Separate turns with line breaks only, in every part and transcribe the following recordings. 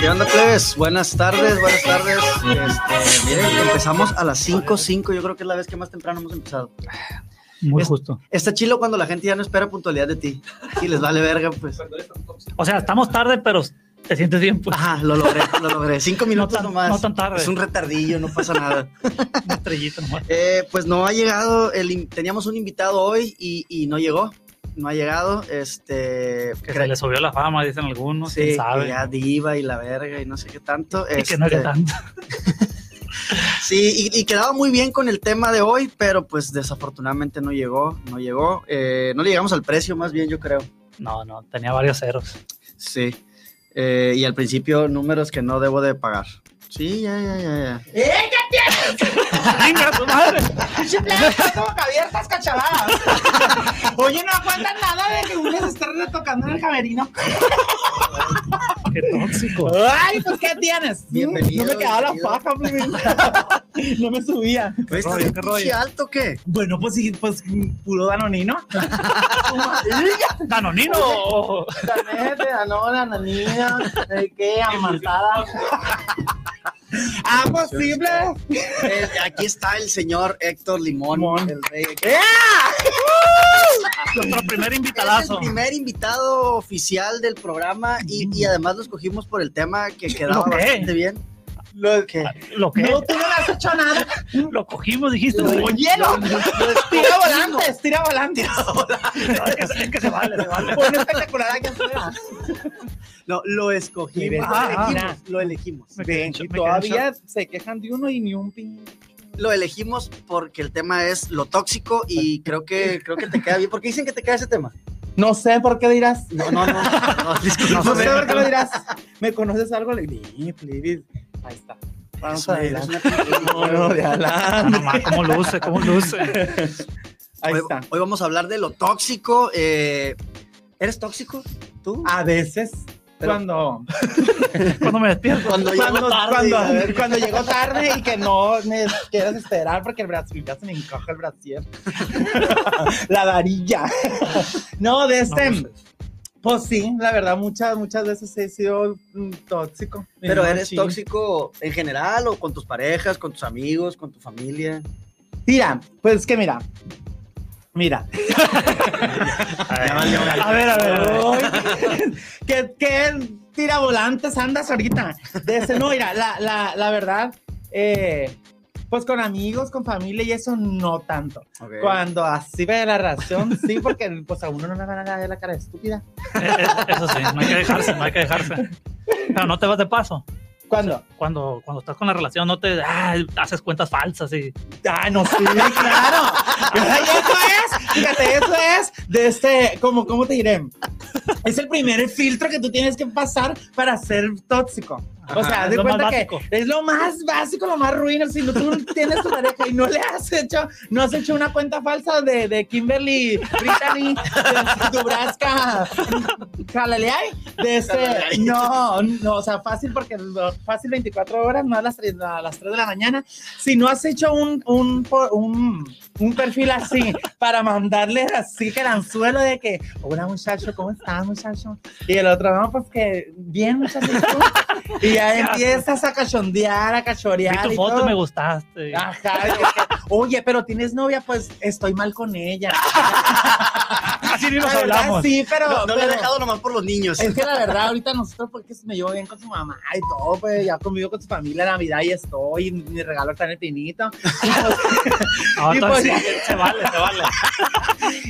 ¿Qué onda, plebes? Buenas tardes, buenas tardes. Este, miren, empezamos a las 5, 5, yo creo que es la vez que más temprano hemos empezado.
Muy
Es-
justo.
Está chilo cuando la gente ya no espera puntualidad de ti y les vale verga, pues.
O sea, estamos tarde, pero te sientes bien, pues.
Ajá, lo logré, lo logré. Cinco minutos
tan-
nomás.
no tan tarde.
Es un retardillo, no pasa nada.
Una estrellita nomás.
Eh, pues no ha llegado, el, in- teníamos un invitado hoy y, y no llegó. No ha llegado, este...
Que
cre-
se le subió la fama, dicen algunos.
sí,
quién
que
sabe.
ya diva y la verga y no sé qué tanto.
Y que no
este,
era tanto.
Sí, y, y quedaba muy bien con el tema de hoy, pero pues desafortunadamente no llegó, no llegó. Eh, no le llegamos al precio, más bien, yo creo.
No, no, tenía varios ceros.
Sí. Eh, y al principio, números que no debo de pagar. Sí, ya, ya, ya, ya.
¡Venga, tu madre!
Pinche plebe, estás como Javier, estás cachalada. Oye, no aguanta nada de que Julián se esté retocando en el camerino.
¡Qué tóxico!
Ay, pues, ¿qué tienes?
Bienvenido,
no me quedaba la
bienvenido.
faja, plebe. No me subía.
Oye, ¿estás
rollo,
bien
qué rollo.
pinche alto o qué?
Bueno, pues sí, pues puro danonino.
¡Danonino!
Danete, danona, danina, de qué, amantada. Ah, posible.
Eh, aquí está el señor Héctor Limón,
Limón.
el
¡Eh,
rey.
Nuestro primer
Es
invitadazo.
el primer invitado oficial del programa y, y además lo escogimos por el tema que quedaba
Mm. ¿Lo qué?
bastante bien.
Lo
¿Qué?
Lo que
No, tú no le has hecho nada.
lo cogimos, dijiste.
Lo-
Oye,
Hielo. Tira volantes, tira volantes.
no, es que, es que se vale, se vale.
Pon espectacular aquí afuera.
No, lo escogimos,
Ah,
lo
ah.
elegimos, lo elegimos.
Me quedé en
Ven,
shock,
y
me quedé en
pues, todavía se quejan de uno y ni un pin.
lo elegimos porque el tema es lo tóxico y creo que creo que te queda bien. ¿Por qué dicen que te queda ese tema?
No sé por qué dirás.
No, no, no. No, disculpa.
No, sé
Es
por qué lo dirás. ¿Me conoces algo? Le Ni, please. Ahí está. Vamos
una- es
adelante.
una pintura.
No, no, de
Ah,
adelante.
nomás, ¿Cómo luce? ¿Cómo luce?
Ahí
hoy,
está.
hoy vamos a hablar de lo tóxico. eh, Ah, ¿Eres tóxico? ¿Tú?
A veces,
Pero-
cuando,
Cuando me despierto.
cuando llego
cuando,
tarde,
cuando,
a ver,
cuando llegó tarde y que no me quieras esperar porque el brazo ya se me encaja el brasier. la varilla. no, de este.
No, pues,
Pues sí, la verdad, muchas, muchas veces he sido mm, tóxico.
Pero
Bien
eres
machín.
tóxico en general o con tus parejas, con tus amigos, con tu familia.
Mira, pues que mira. Mira.
A ver, a ver. A ver.
Ay, ¿Qué, qué tira volantes andas ahorita? De ese- no, mira, la, la, la verdad, eh, pues con amigos, con familia y eso no tanto. Cuando así ve la reacción, sí, porque pues a uno no le van a dar la cara de estúpida.
Eh, eh, Eso sí, no hay que dejarse, no hay que dejarse. Pero no te vas de paso.
Cuando,
Cuando, cuando estás con la relación, no te ah, haces cuentas falsas y
ah, no, sí, claro. Ay, eso es, fíjate, eso es de este, como, ¿cómo te diré? Es el primer filtro que tú tienes que pasar para ser tóxico. O
Ajá,
sea, haz
es
de
ah, lo más
cuenta que
básico.
es lo más básico, lo más ruin. Si no, tú tienes tu pareja y no le has hecho, no has hecho una cuenta falsa de, de Kimberly, Brittany, de Dubraska, Jalalea, de este, no, no, o sea, fácil porque lo- fácil 24 horas, no a las 3, a las 3 de la mañana. Si no has hecho un, un, por- un, un perfil así para mandarle así que el anzuelo de que, hola muchacho, ¿cómo estás muchacho? Y el otro, no, pues que bien muchacho. ¿y tú?" Y ya empiezas a cachondear, a
vi
cachorear.
tu
y
foto,
todo. Ah,
me gustaste.
Ajá, y es que, oye, pero tienes novia, pues estoy mal con ella.
Así ni
La
nos
ah, verdad,
hablamos.
Sí, pero.
No, no le he
pero-
dejado nomás por los niños.
Es que la verdad, ahorita nosotros, porque me llevo bien con su mamá y todo, pues ya convivo con su familia, Navidad y estoy, y mi regalo está en el pinito.
Ah,
Y
entonces
pues-
sí, se vale, se vale.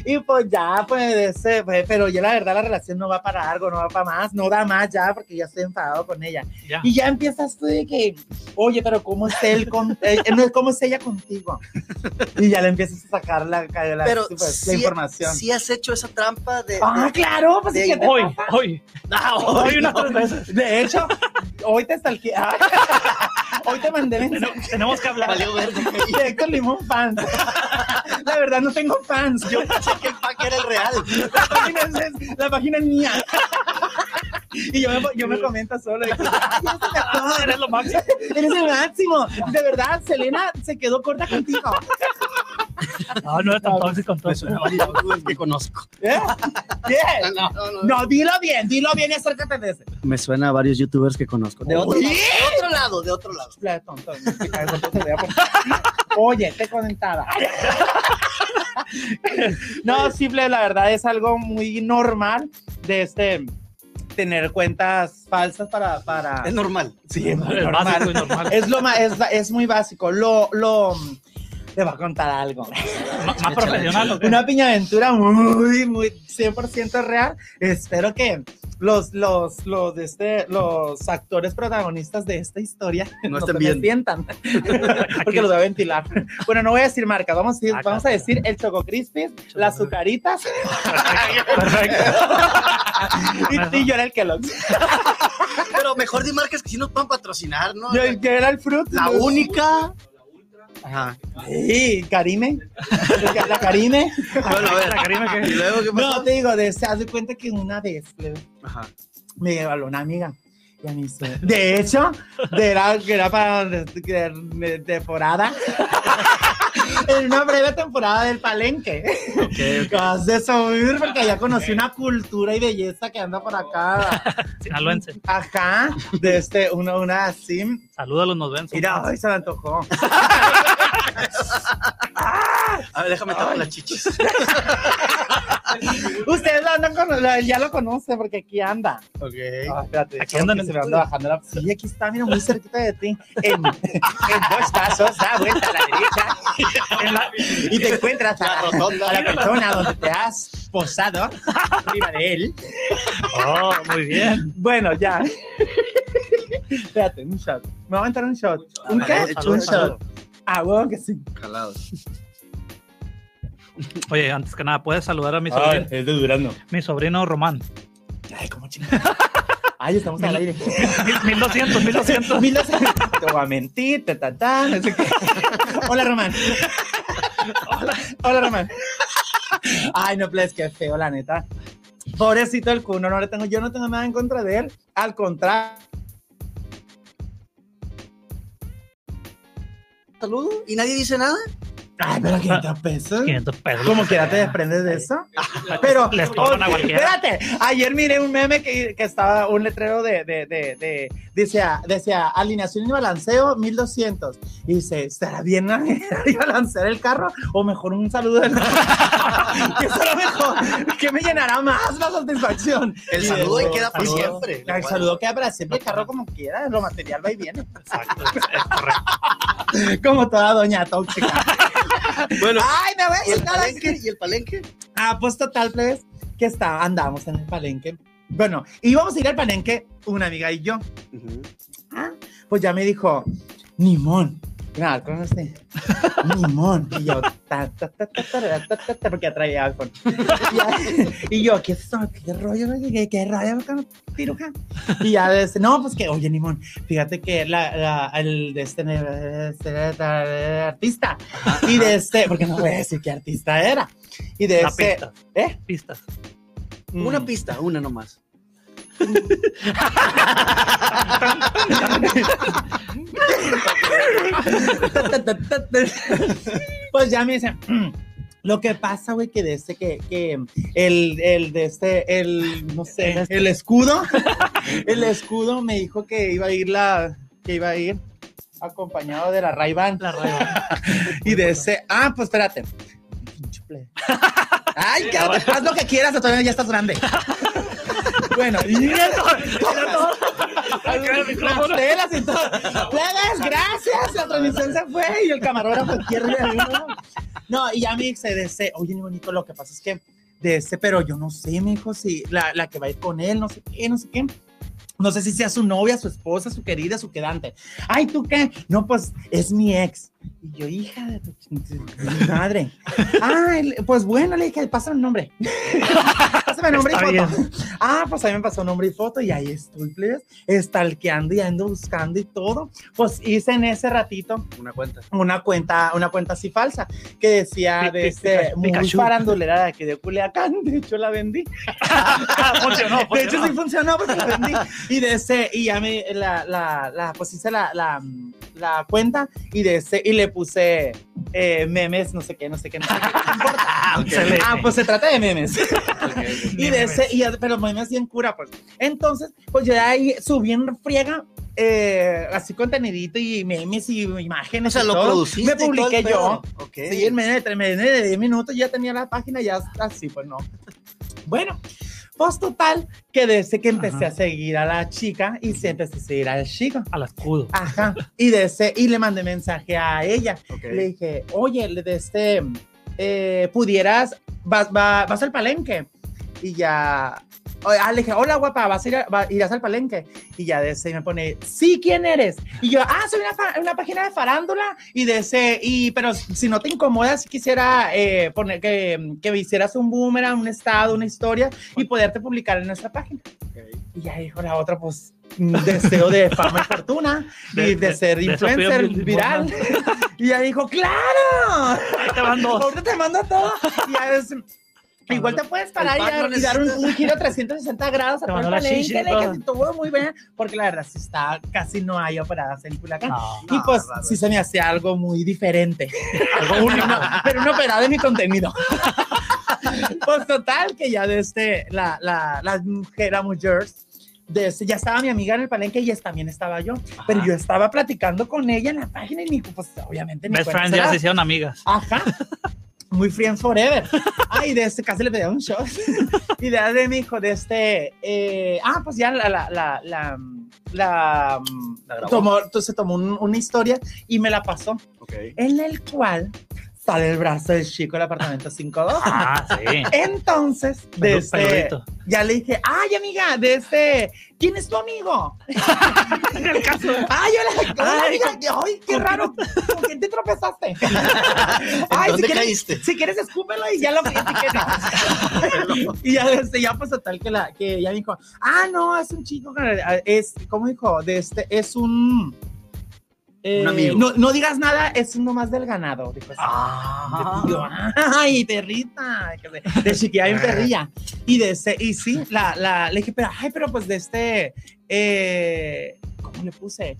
Y pues ya, pues, ese, pues, pero ya la verdad la relación no va para largo, no va para más, no da más ya, porque ya estoy enfadado con ella.
Ya.
Y ya empiezas tú de que, oye, pero ¿cómo es él con, eh, no, ¿cómo es ella contigo? Y ya le empiezas a sacar la, la,
Pero
sí, pues, la
sí-
información.
Si has hecho esa trampa de... Ah,
Ah, claro, pues
de-
es que te-
Hoy, hoy, hoy unas tres veces.
de hecho, hoy te stalkeé. Ay, hoy te mandé mensaje.
Ten- Tenemos que hablar.
Valió verga.
de Héctor Limón fans. La verdad no tengo fans. Yo,
Yo pensé que el pack era el real.
la, página es, la página es mía. Y yo me, yo me comento solo. de que, "Ay, eres el mejor,
Eres lo máximo.
Eres el máximo. De verdad, Selena se quedó corta contigo.
No, no es tan tóxico
Pues,
entonces.
no, el que conozco.
¿Eh? ¿Qué?
No, no, no.
No, dilo bien, dilo bien y acércate de ese.
Me suena a varios youtubers que conozco. De otro,
Uy.
lado, de otro lado, de otro lado.
La tonta, me cae con todo, te voy a poner. Oye, te conectada. No, simple, la verdad es algo muy normal de este tener cuentas falsas para para
Es normal.
sí, es muy
Es
normal.
básico y normal.
Es lo ma- es, es muy básico. Lo lo te voy a contar algo.
Ma- Más profesional.
pues.
¿o qué?
Una piñaventura muy, muy 100% real. Espero que los, los, los, de este, los actores protagonistas de esta historia
No
no
estén
se me
bien.
sientan, porque los voy a ventilar. Bueno, no voy a decir marca, vamos a decir,
Ah,
vamos a decir el Choco Crispis, las azucaritas
Perfecto.
Ah,
y, y yo era el Kellogg's.
Pero mejor di marcas que si nos pueden patrocinar, ¿no?
Yo, yo era el Fruit.
La única. Ajá.
Sí, Karime. La Karime.
Bueno, a ver.
La Karime
¿Y
que.
luego qué
No,
pasó?
te digo, de, se hace cuenta que una vez, le-
Ajá.
me habló una amiga. Y me hizo- de hecho, de era, que era para de- de- de temporada. en una breve temporada del palenque.
Ok,
Acabas de subir porque ya conocí una cultura y belleza que anda por acá.
Sinaloense.
Ajá, de este, una, una así.
Salúdalos, nos ven.
Mira, ay, se me antojó.
A ver, déjame tapar las chichis.
Ustedes lo andan con, lo- ya lo conocen porque aquí anda.
Ok.
Ah, espérate,
Aquí
como
andan
que
en
se
el
me anda
estudio.
bajando la- Sí, aquí está, mira, muy cerquita de ti. En, en dos pasos, da vuelta a la derecha.
En la-
y te encuentras a,
La rotonda.
a la persona donde te has posado arriba de él.
Oh, muy bien.
Bueno, ya. Espérate, un shot. Me voy a entrar un shot. ¿Un
A
qué?
ver,
Salud,
un
salud.
shot. Ah, bueno, que sí.
Jalados.
Oye, antes que nada, puedes saludar a mi sobrino,
es de Durano.
mi sobrino Román.
Ay, cómo chingada. Ay, estamos al aire.
Mil- 1200, 1200.
Mil dos- Te voy a mentir, ta, ta, ta, no sé qué. Hola, Román. Hola, Román. Ay, no, please, qué feo, la neta. Pobrecito el cuno, no le tengo, yo no tengo nada en contra de él. Al contrario.
Saludo. ¿Y nadie dice nada?
Ay, pero 500 pesos.
500 pesos.
Como quiera te desprendes de eso. Pero,
Les cobran a
oye,
cualquiera.
espérate, ayer miré un meme que, que estaba un letrero de, de, de, de- decía, decía alineación y balanceo 1200. Y dice, ¿estará bien alinear y balancear el carro? O mejor un saludo del que será mejor, que me llenará más la satisfacción.
El
Y
saludo
eso,
y queda por
saludo.
siempre.
El saludo queda para siempre, el carro como quiera, lo material va y viene,
Exacto, es correcto.
como toda doña tóxica.
Bueno.
Ay, me voy
¿Y
a
el
llenar así.
palenque? ¿Y el palenque?
Ah, pues total, plebes, que está, andamos en el palenque. Bueno, íbamos a ir al palenque una amiga y yo. Pues ya me dijo, Nimón. Nada, ¿cómo se Nimón. Y yo, ta, ta, ta, ta, ta, ta, ta, ta, porque ya traía iPhone. Y, ya- y yo, ¿qué es eso? ¿Qué rollo? güey? ¿Qué, qué rollo? con piruja? Y ya, de este, no, pues que, oye, Nimón, fíjate que la, la- el de este, de este, de este artista. Y de este, porque no voy a decir qué artista era. Y de
La
este.
pista.
¿eh?
Pistas.
Una
Mm.
pista, una nomás.
pues ya me dicen, "Mm". lo que pasa, güey, que de este, que, que el, el de este, el, no sé, el escudo, el escudo me dijo que iba a ir la, que iba a ir acompañado de la ray
La raya.
y de ese, ah, pues espérate. Pinche plebe. Ay, quédate, haz lo que quieras, todavía ya estás grande. Bueno, y
Ay, qué micrófono.
las telas y todo. Plebes, gracias. La transmisión se fue y el camarógrafo pierde. ¿no? No, y ya me dice, de ese, oye, mi bonito, lo que pasa es que de ese, pero yo no sé, me dijo, si la, la que va a ir con él, no sé qué, no sé qué. No sé si sea su novia, su esposa, su querida, su quedante. Ay, ¿tú qué? No, pues es mi ex. Y yo, hija de tu chin- chin- chin- madre. Ay, pues bueno, le dije, pásame el nombre. pásame el nombre
Está
y foto.
bien.
Ah, pues ahí me pasó nombre y foto y ahí estoy, plebes, estalqueando y ando buscando y todo. Pues hice en ese ratito
Una cuenta.
una cuenta, una cuenta así falsa que decía
Pi-
de
pi-
este
Pikachu.
muy
Pikachu.
farandulera de aquí de Culiacán. De hecho, la vendí.
Ah, Funcionó,
De hecho, sí
funcionó.
funcionó porque la vendí. Y de ese, y ya me, la, la, la, pues hice la, la, la cuenta y, de ese- y le puse eh, memes, no sé qué, no sé qué, no sé qué. no importa.
Ah, excelente.
Ah, pues se trata de memes. y de
Memes.
ese, y, pero memes bien cura, pues. Entonces, pues yo de ahí subí en friega. eh, así contenidito y memes y imágenes.
O sea,
y
lo
todo.
produciste.
Me
y todo el
publiqué yo.
pedo. Ok.
Sí, en medio de, tres- en medio de 10 minutos ya tenía la página, ya así, pues no. Bueno, pues total, que desde que
Ajá.
empecé a seguir a la chica y sí empecé a seguir al chico.
Al escudo.
Ajá. Y, de ese- y le mandé mensaje a ella.
Ok.
Le dije, oye, le de este, eh, pudieras, vas, va- vas al palenque. Y ya, o- ah, le dije, hola guapa, vas a ir a- va- irás al palenque. Y ya de ese me pone, sí, ¿quién eres? Y yo, ah, soy una, fa- una página de farándula. Y de ese, y, pero si no te incomodas, quisiera eh, poner que, que me hicieras un boomerang, un estado, una historia y poderte publicar en nuestra página.
Ah,
Y ya dijo la otra, pues, un deseo de fama y fortuna
De-
y de
de-
ser
de eso
influencer
pido mil
viral. y ella dijo, ¡claro!
Ahí te van dos.
Ahorita te mando todo. Y ya es- Igual te puedes parar
pan no
y, y dar un, un giro 360 grados a
Te
todo
mandó
el
la
palenque,
shishi
de
toda.
que estuvo muy bien, porque la verdad sí está, casi no hay operadas en Culiacán.
No,
y
no,
pues
raro
sí
es.
se me hacía algo muy diferente,
algo único.
Una- pero una operada en mi contenido. pues total, que ya desde la, la, la mujer, la mujer, desde, ya estaba mi amiga en el palenque y ya también estaba yo, pero yo estaba platicando con ella en la página y mi, pues obviamente mi
Best
cuenta
friends
cerrada.
ya se hicieron amigas.
Ajá. Muy friends forever. Ay, de este casi le pedía un shot. Y de de mi hijo, de este. eh, ah, pues ya la. la, la, la, la,
La grabó.
tomó, entonces tomó un- una historia y me la pasó,
Ok.
en el cual sale el brazo del chico del apartamento 52.
Ah, sí.
Entonces, de
Menudo
este,
peludito.
ya le dije, ay, amiga, de este, ¿quién es tu amigo?
El caso.
Ay, hola, hola,
Ay,
amiga, que- ay, qué raro, ¿con quién te tropezaste? Ay,
dónde
quieres-
caíste?
Si quieres, escúpelo y ya lo etiquetas. y ya, este, ya pues tal que, la, que ya dijo, ah, no, es un chico, que- eh, es, ¿cómo dijo? De este, es un... eh,
Un amigo.
No, no digas nada, es uno más del ganado. Dijo así.
Ah.
Y yo, ay, perrita, que se- de chiquilla bien perrilla. Y de ese, y sí, la, la, le dije, pero, ay, pero pues de este, eh, ¿cómo le puse?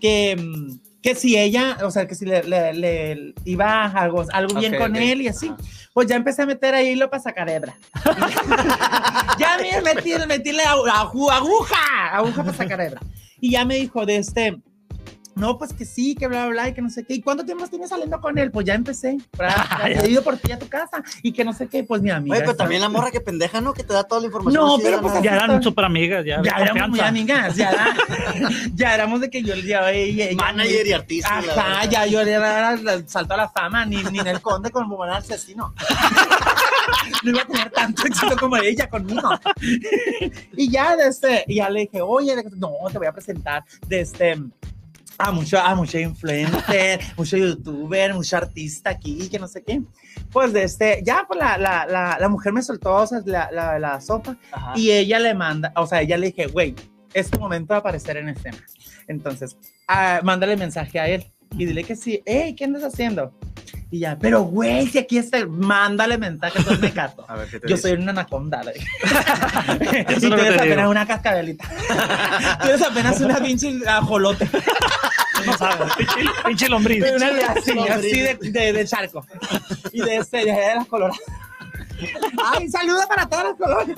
Que, mm, que si ella, o sea, que si le, le- le iba algo, algo bien
Ok,
con
ok.
él y así.
Ajá.
Pues ya empecé a meter ahí lo para sacar hebra. ya me metí, metíle a, aguja, aguja para sacar hebra. Y ya me dijo de este, no, pues que sí, que bla, bla, bla, y que no sé qué. ¿Y cuánto tiempo tienes saliendo con él? Pues ya empecé. Ya He ido por ti a tu casa y que no sé qué, pues mi amiga.
Oye, pero
está-
también la morra que pendeja, ¿no? Que te da toda la información.
No,
así
pero
de
pues
la
Ya
nada.
eran súper amigas. Ya,
Ya
de
éramos muy
confianza.
amigas, ya, era- ya éramos de que yo ya ella, ella-
Manager y artista. la
Ajá,
verdad.
ya yo le era el salto a la fama, ni, ni en el conde con Bobón asesino. No iba a tener tanto éxito como ella conmigo. y ya desde, y ya le dije, oye, de- no, te voy a presentar desde a mucho, a mucho influencer, mucho youtuber, mucho artista aquí, que no sé qué. Pues desde, ya pues la, la, la, la mujer me soltó o sea, la, la, la sopa
Ajá.
y ella le manda, o sea, ella le dije, güey, es tu momento de aparecer en escena. Entonces, ah, mándale mensaje a él y dile que sí, hey, ¿qué andas haciendo? Y ya, pero güey, si aquí está, el-". mándale mensaje, entonces me cato.
A ver, ¿qué te
Yo
dice?
soy una anaconda, le dije.
es
y tú
lo que
eres
te
apenas
digo.
una cascabelita. tú eres apenas una pinche ajolote.
Tú No sabes. Pinche, pinche lombriz.
Pero una de así,
Lombriz.
así de, de- de charco. Y de, este, de, allá de las coloradas. Ay, saludos para todas las colores.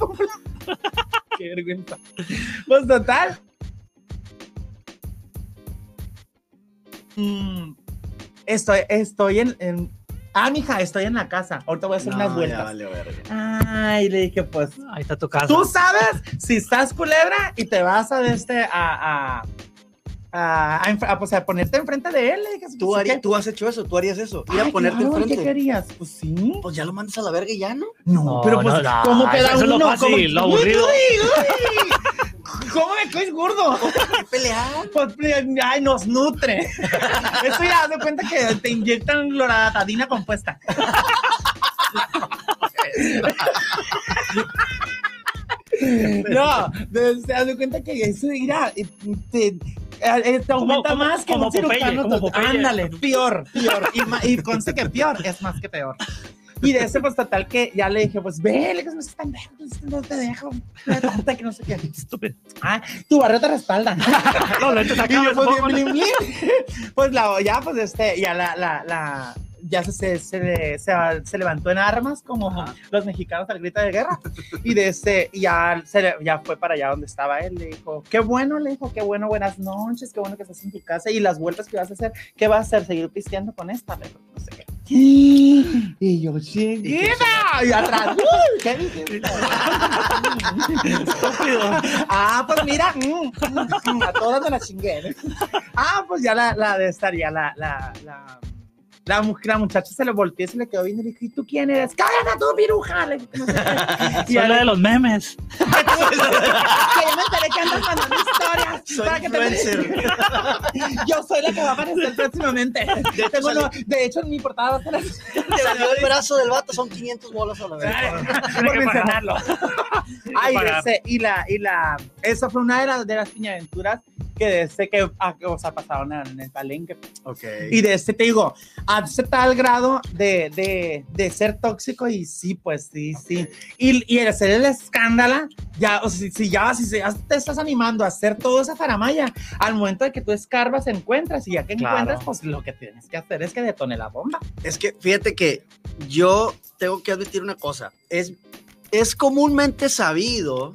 Qué vergüenza. Pues total. Mm, estoy, estoy en, en- Ah, mija, estoy en la casa. Ahorita voy a hacer
No,
unas
ya
vueltas.
valió verga.
Ay, le dije, pues.
Ahí está tu casa.
Tú sabes si estás culebra y te vas a de este a. a a, a enf- a, pues, a ponerte enfrente de él. le dije,
¿Tú,
pues,
harías-
¿qué?
tú has hecho eso, tú harías eso. Ir a
Ay,
ponerte
claro, ¿Qué
enfrente.
querías? Pues sí.
Pues ya lo mandas a la verga y ya, ¿no?
No,
No,
pero pues,
no, no,
¿cómo queda
eso es lo
uno?
fácil,
¿Cómo-
lo aburrido.
Uy, uy, uy. ¿Cómo me caes gordo?
¿Qué pelear?
Pues, ay, nos nutre. Eso ya haz de cuenta que te inyectan loratadina compuesta. No, de- se haz de cuenta que eso, mira, eh, te, eh, eh, te aumenta
como-
más que
como
un
Popeye,
cirujano.
como
total.
Popeye.
Ándale, peor, peor. Y, ma- y conste que peor es más que peor. Y de ese, pues total que ya le dije, pues vele, que no seas tan verde, no te dejo, no te dejo, que no sé qué.
Estúpido.
Ah, tu barrio te respalda.
No, la gente se
Y yo,
acaba.
pues,
supongo,
bien,
¿no?
blin, blin. Pues la ya, pues este, ya la, la, la- ya se, se, se, se, se levantó en armas como
Ajá.
los mexicanos al grito de guerra. Y de este, y ya, se le- ya fue para allá donde estaba él. Le dijo, qué bueno, le dijo, qué bueno, buenas noches, qué bueno que estás en tu casa. Y las vueltas que vas a hacer, ¿qué vas a hacer? Seguir pisteando con esta, Le dijo, no sé qué. Y yo, chinguita, y atrás, "Uy, ¿qué dijiste?" Ah, pues mira, mm, mm, mm, a todas me la chingué. Ah, pues ya la, la de estar, ya la, la, la, la, mu- la muchacha se le volteó y se le quedó viendo y le dijo, ¿y tú quién eres? ¡Cállate tú, viruja! Le dije, no sé qué. Y
Soy
ya
la
le-
de los memes.
que yo me enteré que andas mandando historias
Soy
para que
influencer.
te... Yo soy la que va a aparecer próximamente.
De hecho,
Tengo
salió-
lo- de hecho, en mi portada va a estar
Salió el brazo del vato, son 500 bolas a la vez.
Tiene
por
que pagar.
mencionarlo.
Tiene que
Ay,
pagar.
ese, y la, y la, esa fue una de las, de las piñaventuras que desde que, ah, o sea, pasaron en el palenque.
Ok.
Y de este te digo, a ese tal grado de, de, de ser tóxico y sí, pues sí, sí. Y, y el hacer el escándalo, ya, o sea, si, si ya, si se- ya te estás animando a hacer toda esa faramaya, al momento de que tú escarbas, encuentras y ya que
Claro.
encuentras, pues lo que tienes que hacer es que detone la bomba.
Es que fíjate que yo tengo que admitir una cosa. Es, es comúnmente sabido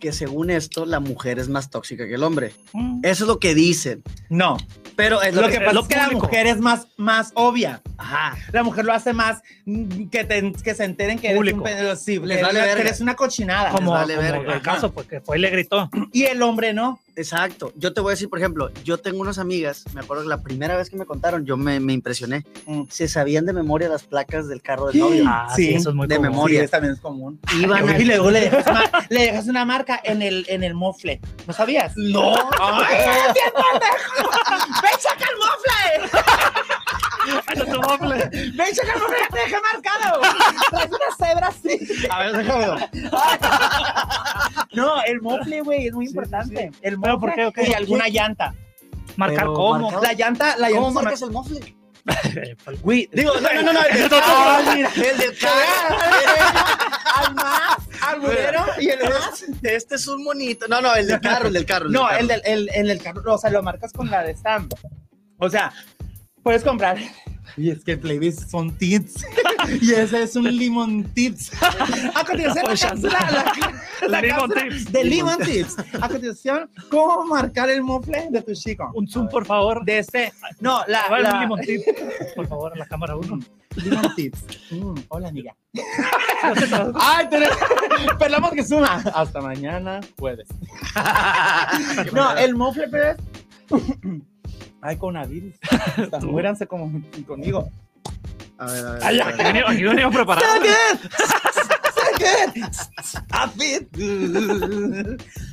que según esto la mujer es más tóxica que el hombre.
Mm.
Eso es lo que dicen.
No,
Pero es lo,
lo
que,
que pasa
lo
es que la
público.
mujer es más, más obvia.
Ajá.
La mujer lo hace más mm, que, te- que se enteren que eres,
Público.
un pedo- sí,
Les
que
vale
eres- que
verga.
eres una cochinada.
Como,
vale
como
verga.
el caso, pues que fue y le gritó.
Y el hombre no.
Exacto. Yo te voy a decir, por ejemplo, yo tengo unas amigas, me acuerdo que la primera vez que me contaron, yo me, me impresioné.
Mm.
Se sabían de memoria las placas del carro del novio.
Ah, sí,
Sí,
eso es muy
de
común.
memoria. Moria.
Sí, es- también es común.
Iban a-
Y luego le dejas, ma- le dejas una marca en el, en el mofle. ¿No sabías?
No.
¡Ay, qué pendejo! ¡Ve y saca el mofle!
Ay, no te mofles.
¡Ve y saca el mofle! ¡Ya te dejé marcado! Traes una cebra así.
A ver, déjame ver.
No, el mofle, güey, es muy importante. El mofle
¿Pero por qué? ¿O qué?
y alguna llanta.
Marcar
Pero
cómo.
marcar-
Eh, pues,
La llanta, la
¿Cómo
llanta. se
marcas el mofle?
mar- Güey, digo, no, no, no.
El,
Ay, mira.
del carro.
al más, al burero y el más.
De este es un monito. No, no, el del carro, el del carro.
No,
del
el del, el, el del carro, o sea, lo marcas con la de Stam. O sea, puedes comprar. Y es que Playbiz son tits. y ese es un limón tips. A continuación, la cápsula- la- la
Lemon
cápsula
tips.
de limón tips. A continuación, ¿cómo marcar el mofle de tu chico?
Un zoom, por favor.
De este, no, la,
A ver,
la-
un limón tip. Por favor, a la cámara uno.
Mm. limón tips. Mm, hola, amiga. Ay, pero, esperamos que suma. Hasta mañana, puedes. No, el mofle, pero es. Ay, coronavirus. Hasta
Tú.
Muéranse como conmigo.
A ver, a ver.
Ay, aquí venimos- aquí venimos preparados.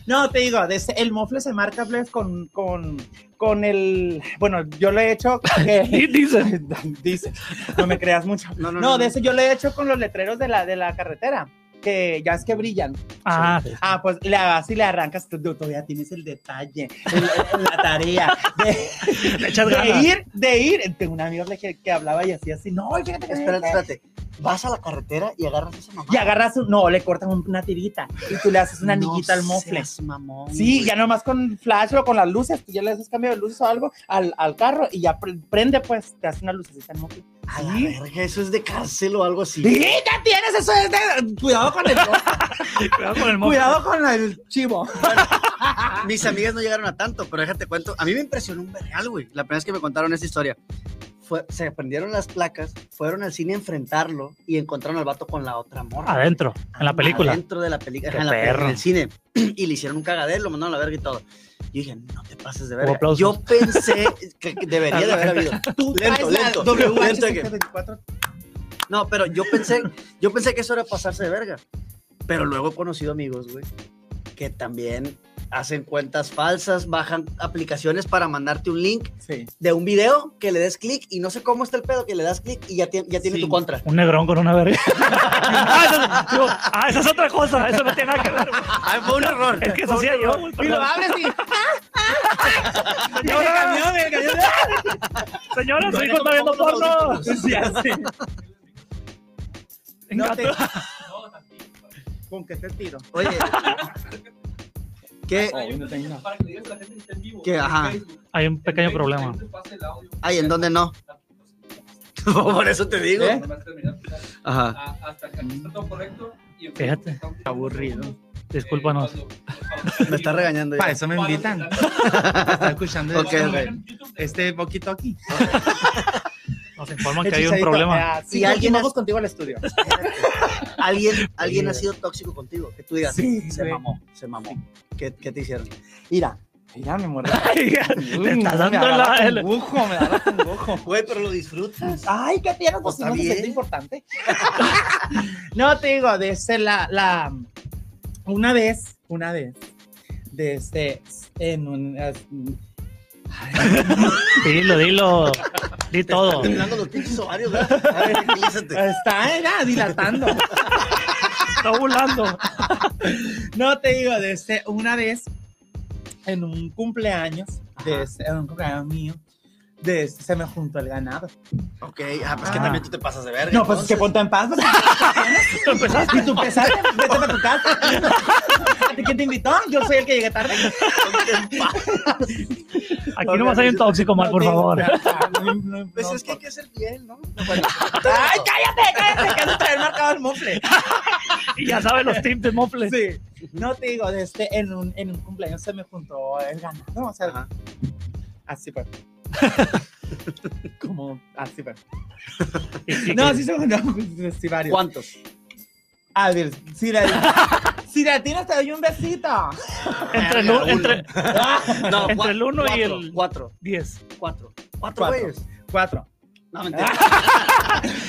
No, te digo, de ese- el mofle se marca pues, con, con, con el. Bueno, yo lo he hecho.
Y
Que,
dice,
dice, no me creas mucho.
No, no,
No,
no.
de eso yo lo he hecho con los letreros de la, de la carretera, que ya es que brillan.
ah,
Ah, pues le vas y le arrancas, tú, tú todavía tienes el detalle, el- la tarea de,
le echas
de
ganas.
ir, de ir. Tengo un amigo que, que hablaba y hacía así, no, fíjate que
Espérate, espérate. Vas a la carretera y agarras esa mamá.
Y agarras, un- no, le cortan un- una tirita y tú le haces una
No
anillita al mofle.
seas mamón,
Sí,
güey.
ya nomás con flash o con las luces, tú ya le haces cambio de luces o algo al, al carro y ya pre- prende, pues, te hace una lucecita al mofle.
A la verga, eso es de cárcel o algo así.
Sí, ya tienes eso es de- Cuidado con el
Cuidado con el mofle.
cuidado con el chivo.
Mis amigas no llegaron a tanto, pero déjate cuento. A mí me impresionó un vergal, güey. La primera vez que me contaron esta historia. Fue, se prendieron las placas, fueron al cine a enfrentarlo y encontraron al vato con la otra morra.
Adentro, en la película.
Dentro de la película.
Qué
ajá, En, la peli-
perro.
en el cine. Y le hicieron un cagadero, lo mandaron a la verga y todo. Yo dije, no te pases de
Hubo
verga.
aplausos.
Yo pensé que que debería de haber habido. Lento,
Tú traes la
lento, lento de que-
WH724
No, pero yo pensé, yo pensé que eso era pasarse de verga. Pero luego he conocido amigos, güey, que también hacen cuentas falsas, bajan aplicaciones para mandarte un link
Sí.
de un video que le des clic y no sé cómo está el pedo que le das clic y ya, tie- ya tiene
Sí.
tu contra.
Un negrón con una verga. ah, eso, digo, ah, eso es otra cosa. Eso no tiene nada que ver. güey.
Ah, fue un error.
Es que eso hacía yo. güey,
Y lo
perdón.
abres y.
Señora, Señora, su hijo está viendo porno.
Sí, así. No te-
Con que te tiro. Oye. ¿Qué?
Ay, no tengo nada.
Para que le digas a la gente que está en vivo.
Que, ajá.
Hay un pequeño
En
problema.
Facebook, pasa el audio.
Ay, ¿en dónde no? Por eso te digo.
¿Eh?
Nomás terminar.
Ajá.
Ah, Hasta que aquí está todo correcto. y en
Fíjate.
Facebook está un-
Aburrido.
Discúlpanos.
Eh,
Me está regañando
Para
ya.
eso me invitan. Está escuchando.
Ok,
este-
güey.
Este poquito aquí.
Nos informan que hay un problema.
Y
Si
alguien
alguien
ha-
vamos contigo al estudio.
Alguien, alguien ha sido tóxico contigo. Que tú digas,
Sí,
se
güey.
mamó, se mamó. ¿Qué, qué te hicieron?
Mira, mira, me muerde.
Te estás dando
me
la-
agarra
el-
congujo, me agarra congujo.
Güey, pero lo disfrutas.
Ay, qué tienes,
Pues
pues
está
no
bien.
es importante. no, te digo, de este, la, la, una vez, una vez, de este, en un, as-
Dilo, dilo. Di todo.
Temblando los pinches ovarios, ¿verdad? A ver,
Este.
tranquilízate.
está, era dilatando.
Está burlando.
No te digo, de este, una vez en un cumpleaños, de este, en un cumpleaños mío, de este, se me juntó el ganado.
Ok, ah, pues que también tú te pasas de verga.
No, pues es que
entonces.
ponte en paz. pues,
Empezaste.
Y tú pesaste, vete para tu casa. ¿A ti quién te invitó? Yo soy el que llegué tarde.
Aquí nomás hay un tóxico mal, por
No,
favor.
te- no, no, no,
Pues
no,
es que hay que ser fiel, ¿no?
¡Ay, cállate! ¡Cállate! Que has de traer marcado el mofle.
Y ya sabes los tips de Mofle.
Sí. No te digo, de este, en, un, en un cumpleaños se me juntó el ganado. O sea,
Ajá.
así pues. Como así pues.
Y sí,
No,
que-
sí se me juntó. Sí, varios.
¿Cuántos?
A ver, si la, si la tienes, te doy un besito.
entre, el, u-
Ah, Uno. Ah,
entre
No,
Entre
cua-
el uno y
cuatro,
el-
Cuatro,
10.
cuatro. Cuatro
Cuatro.
güeyes.
Cuatro.
No, mentira.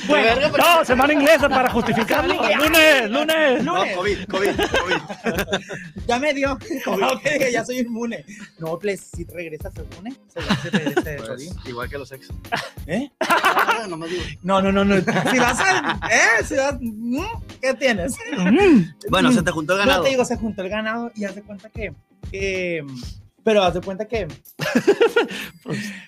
Bueno,
De verga, pero-
No, semana inglesa para justificarlo. Lunes, lunes.
No, COVID, COVID, COVID.
Ya me dio. Como que ya soy inmune. No, please, si regresas inmune, se se regresa de jodido.
Pues, igual que los ex.
este ¿Eh?
Ah, nomás digo.
No, no, no, no. Si vas a. ¿Eh? Si vas. ¿Mm? ¿Qué tienes?
Bueno,
Mm.
se te juntó el
No
ganado.
te digo, se juntó el ganado y haz de cuenta que. que- pero haz de cuenta que.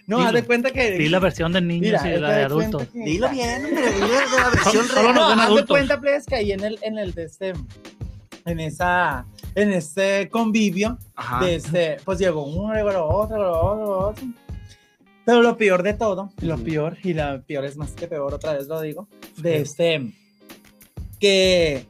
no, haz de
dilo.
cuenta que.
Di la versión de niños y
haz
la de
cuenta
adultos.
que-
Dilo bien, hombre, dilo de la versión
Solo
real.
no-
No,
Bueno,
haz de
adultos.
cuenta, please, que ahí en el, en el de este. En esa. En este convivio.
Ajá.
Ah.
de este, pues llegó uno, llegó lo otro, lo otro, lo otro. Pero lo peor de todo, lo
Ujú.
peor, y la peor es más que peor, otra vez lo digo, de este, que,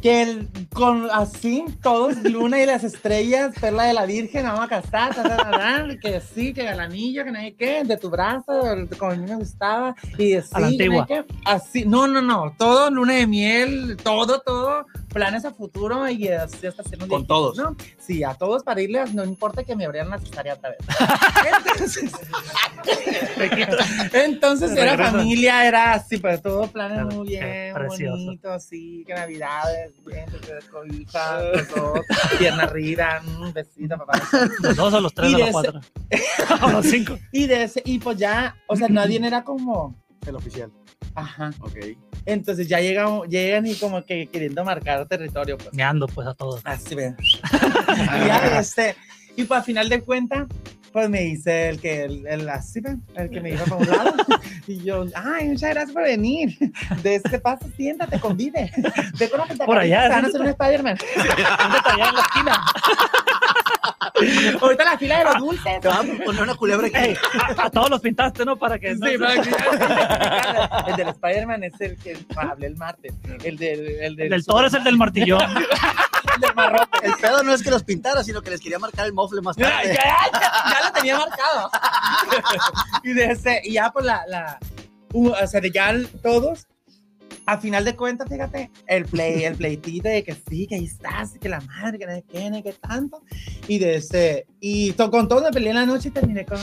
que el- con así, todos, luna y las estrellas, perla de la virgen, vamos a casar, ta, ta, ta, ta, que sí, que el anillo, que no hay qué, de tu brazo, el- como a mí me gustaba, y así,
A la
que no hay
antigua.
qué, así, no, no, no, todo, luna de miel, todo, todo, planes a futuro, y así hasta hacernos
Con todos.
¿no? Sí, a todos para irles, no importa que me abrieran la cesárea otra vez. Entonces, entonces era
Regresa.
familia, era así, pues todo planes
Claro,
muy
qué
bien,
precioso.
bonito, así, que navidades, bien, que cobija,
Ah.
los dos, pierna arriba, un besito, papá.
Los dos o los tres
Y
o
de
los cuatro. O los cinco.
Y, de ese, y pues ya, o sea, nadie era como,
El oficial.
ajá.
Ok.
Entonces ya llega, llegan y como que queriendo marcar territorio, pues.
Meando pues a todos.
Así ve. Y ya, este, y pues al final de cuentas, pues me dice el que, el, el así ve, el que me dijo para un lado. Y yo, ay, muchas gracias por venir. De este paso, siéntate, convive. Ve con la gente
Por allá,
van a hacer un Spider-Man. allá en la esquina. Ahorita la fila de los dulces.
Te van a poner una culebra aquí.
Ey, a, a todos los pintaste, ¿no? Para que. no-
Sí, para que- el del Spider-Man es el que hablé el martes. El del, el
El del toro es el del martillón.
el del marrote.
El pedo no es que los pintara, sino que les quería marcar el mofle más
Ya,
tarde.
ya, ya lo tenía marcado. y, de ese- y ya por la, la u- o sea, de ya el- todos, a final de cuentas, fíjate, el play, el pleitito de que sí, que ahí estás, que la madre, que no sé qué, no sé qué tanto. Y de ese, y to- con todo me peleé en la noche y terminé con,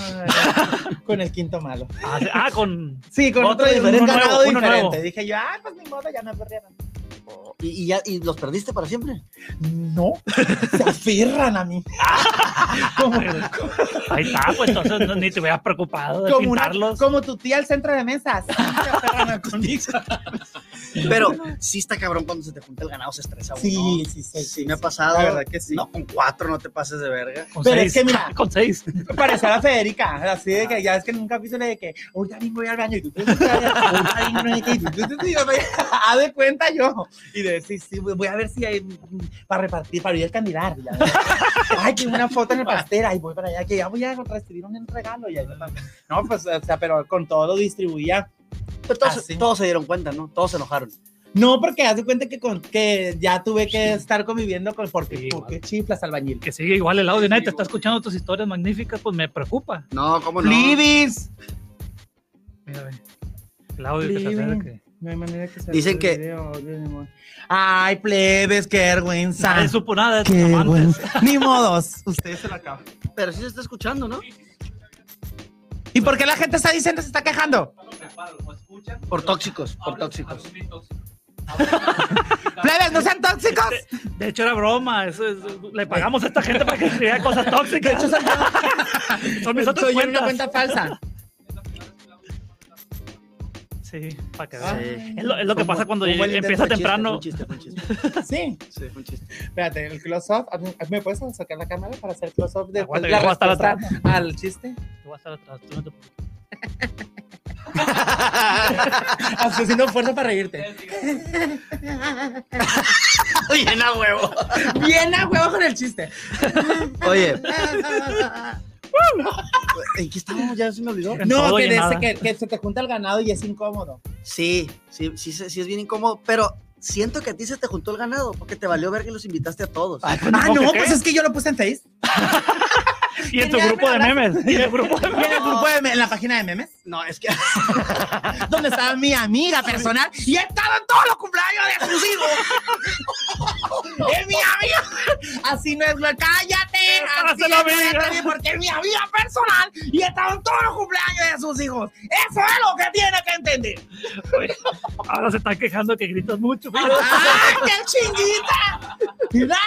con el quinto malo.
Ah, sí. Ah, con.
Sí, con
Otro
otro, diferente,
uno nuevo,
ganado
uno
diferente.
nuevo.
Dije yo, ah, pues mi modo, ya me perdieron.
Y, y ya, y los perdiste para siempre.
No, se aferran a mí. Como-
Ahí está, pues entonces no- ni te hubieras preocupado de
como, una-
pintarlos.
como tu tía al centro de mesas.
Pero sí está cabrón cuando se te junta el ganado, se estresa uno.
Sí, sí, sí.
sí,
sí,
me ha
sí.
pasado.
La verdad que sí.
No, con cuatro no te pases de verga.
Con
Pero
seis.
es que mira-
Con seis.
Parecer pues a Federica, así de que ya es que en un capítulo de que ahorita vengo voy al baño y tú, tú, tú, tú, ahorita vengo, no sé qué, y tú, tú, tú, tú, y yo, "Ah, de cuenta yo. Y de sí, sí, voy a ver si hay mm, para repartir, para ir al candidato. ya". Ay, que una foto en el pastel, ay, voy para allá, que ya voy a recibir un regalo. Y ahí, no, pues, o sea, pero con todo lo distribuía.
Pero todos,
Ah, sí.
todos se dieron cuenta, ¿no? Todos se enojaron.
No, porque haz de cuenta que, con, que ya tuve que estar conviviendo con, porque,
Sí,
porque chiflas albañil.
Que sigue igual el audio. Nadie te
Sí,
está
igual.
escuchando tus historias magníficas, pues me preocupa.
No, ¿cómo no?
¡Libis!
Mira, ve. El audio que se
Living.
acerca.
No hay manera que se
Dicen
haga
que-
el video, audio, ni modo. Ay, plebes, qué vergüenza.
Nadie supo nada de tus
Qué
amantes.
vergüenza. Ni modos. Ustedes se lo acaban.
Pero sí se está escuchando, ¿no?
¿Y por qué la gente está diciendo, se está quejando?
Por tóxicos,
Ah,
por tóxicos.
Plebes, no sean tóxicos.
De hecho, era broma. Eso es- le pagamos a esta gente para que escribiera cosas tóxicas. son mis otras
Soy yo en una
cuentas.
cuenta falsa.
Sí, para que
Sí.
Ah,
veas. Es lo, es ah. lo que
Fue un
pasa
buen-
cuando
fue un buen
empieza
intento,
temprano.
fue un chiste, fue un chiste,
Sí.
Sí, fue un chiste.
Espérate, el close-up. ¿a mí- a mí ¿Me puedes sacar la cámara para hacer close-up de
Aguanta, que
la
Ah, voy a estar
respuesta al chiste?
Tú vas a estar atrás, tú no te preocupes.
Así Ah, haciendo fuerza para reírte.
Bien a huevo.
Bien a huevo con el chiste.
Oye, ¿en qué estábamos? Ya se me olvidó.
En
No,
todo y
que,
en
de ese
nada.
que, que se te junta el ganado y es incómodo.
Sí, sí, sí, se- sí es bien incómodo, pero siento que a ti se te juntó el ganado porque te valió ver que los invitaste a todos.
Ah,
¿cómo
no,
que
pues
qué?
es que yo lo puse en Face.
Y en tu
Tenía
grupo de
regalas.
memes. Y en el grupo de
Y en el
No.
grupo de me- en la página de memes.
No, es que
donde estaba mi amiga personal y estaba en todos los cumpleaños de sus hijos. ¡Es mi amiga! Así no es, güey. ¡Cállate! Así
Hazlo,
es, güey,
amiga.
cállate, porque es mi amiga personal y estaba en todos los cumpleaños de sus hijos. ¡Eso es lo que tiene que entender!
Ahora se están quejando que gritas mucho.
Ah,
mira.
¡Ay, qué chinguita! ¿Verdad?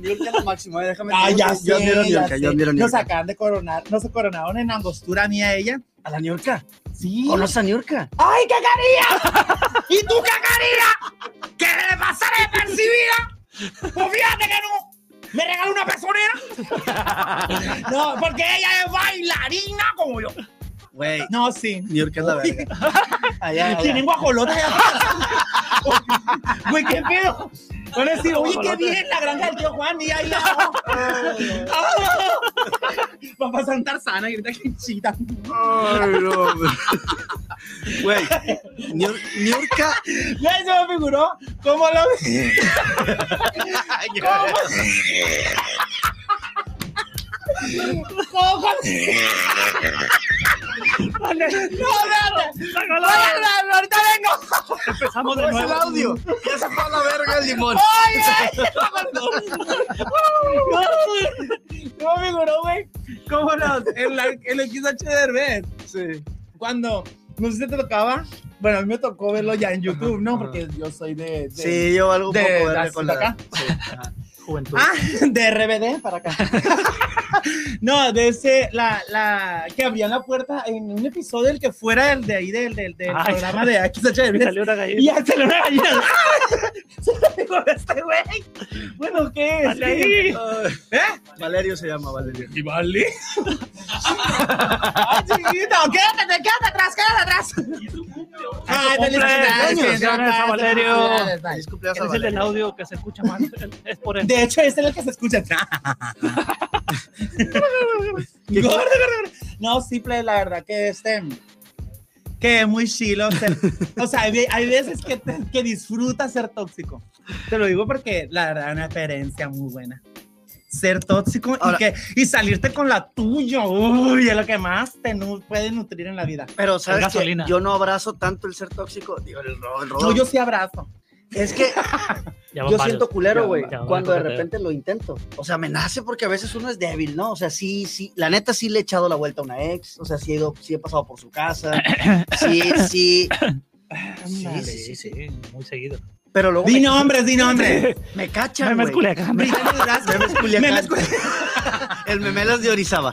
Niurka lo máximo, eh, déjame
Ah,
decirte.
ya
Yo
sé,
admiro a
ya
Niurka, yo
sé.
admiro a
Nos
Niurka.
acaban de coronar, nos coronaron en angostura mía ella.
¿A la Niurka?
Sí.
¿Conoces a Niurka?
¡Ay, cacaría! ¿Y tú, cacaría? ¿Que le pasaré percibida? Pues fíjate que no. ¿Me regaló una pezonera? No, porque ella es bailarina como yo.
Güey,
No, sí.
Niurka es la verga. Allá, allá.
Tienen guajolotas allá atrás. Güey, qué pedo. Van a decir, oye, qué bien la granja del tío Juan. Y ahí la. Va a pasar un tarzana y ahorita que chita.
Ay, no, hombre. Güey, Niur- Niurka.
Ya se me figuró cómo lo. ¿Cómo? No, espérate.
Sácalo.
No, no, no, ahorita vengo.
Empezamos de
¿Cómo es el
nuevo.
audio? Ya se fue a la verga el limón.
Ay, ay. No, no, me figuró, güey. ¿Cómo no? El, el XH de Herbert.
Sí.
Cuando, no sé si te tocaba. Bueno, a mí me tocó verlo ya en YouTube, ¿no? Porque yo soy de. de-
Sí, yo algo un
De-
poco
de
verde
así
con
de
la
acá.
Sí, ajá.
Juventud.
Ah, de RBD para acá. no, de ese, la, la, que abrían la puerta en un episodio, el que fuera el de ahí, del, del, del
Ay.
programa de
Me
XHB.
salió una
Y
gallina.
ya se le una gallina. Se le pegó a este güey. Bueno, ¿qué es?
Dale.
Ay,
¿Eh?
Valerio se llama, Valerio.
Y vale.
Ay, chiquito, quédate, quédate atrás, quédate atrás. Ay, felicidades,
Cumpleaños,
felicidades,
a Valerio.
felicidades, bye.
Feliz cumpleaños a
Es el del
Valerio.
audio que se escucha más. Es por él.
De hecho, ese es el que se escucha. Gordo, gordo, gordo. No, sí, play, la verdad que este. Que muy chilo. ser- o sea, hay, hay veces que, te- que disfruta ser tóxico. Te lo digo porque la verdad es una experiencia muy buena. Ser tóxico y,
Ahora-
que, y salirte con la tuya. Uy, es lo que más te nu- puede nutrir en la vida.
Pero sabes que
gasolina.
yo no abrazo tanto el ser tóxico. Digo, el rodo, el
Oh.
rodo.
No, yo sí abrazo.
Es que
Ya van
yo
varios.
siento culero, güey,
Ya van
cuando de
varios.
repente lo intento. O sea, me nace porque a veces uno es débil, ¿no? O sea, sí, sí, la neta sí le he echado la vuelta a una ex, o sea, sí he, ido- sí he pasado por su casa, sí, sí,
Sí,
Ándale.
sí, sí, sí, muy seguido.
pero luego
Di
me,
nombres, di nombres.
me
Me
cachan,
me
güey.
Culiacán.
Brittany Durazno.
Memes Culiacán.
Memes Culiacán.
El memelas de Orizaba.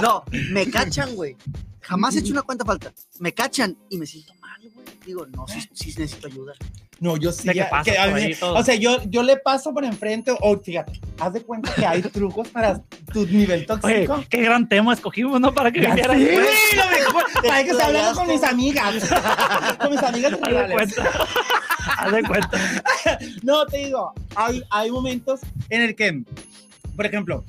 No, me cachan, güey. Jamás he hecho una cuenta falta. Me cachan y me siento mal, güey. digo, no, sí, sí necesito ayuda.
No, yo sí.
De que
ya-
pasas
que a
por
mí-
ahí y todo.
o sea, yo, yo le paso por enfrente. O fíjate, haz de cuenta que hay trucos para tu nivel
Oye,
tóxico.
qué gran tema escogimos, ¿no? Para que
Ya
vinieras.
sé,
pues.
lo mejor. Para que esté hablando con mis amigas. con mis amigas
Haz de
rivales.
cuenta. Haz de cuenta.
No, te digo, hay, hay momentos en el que, por ejemplo,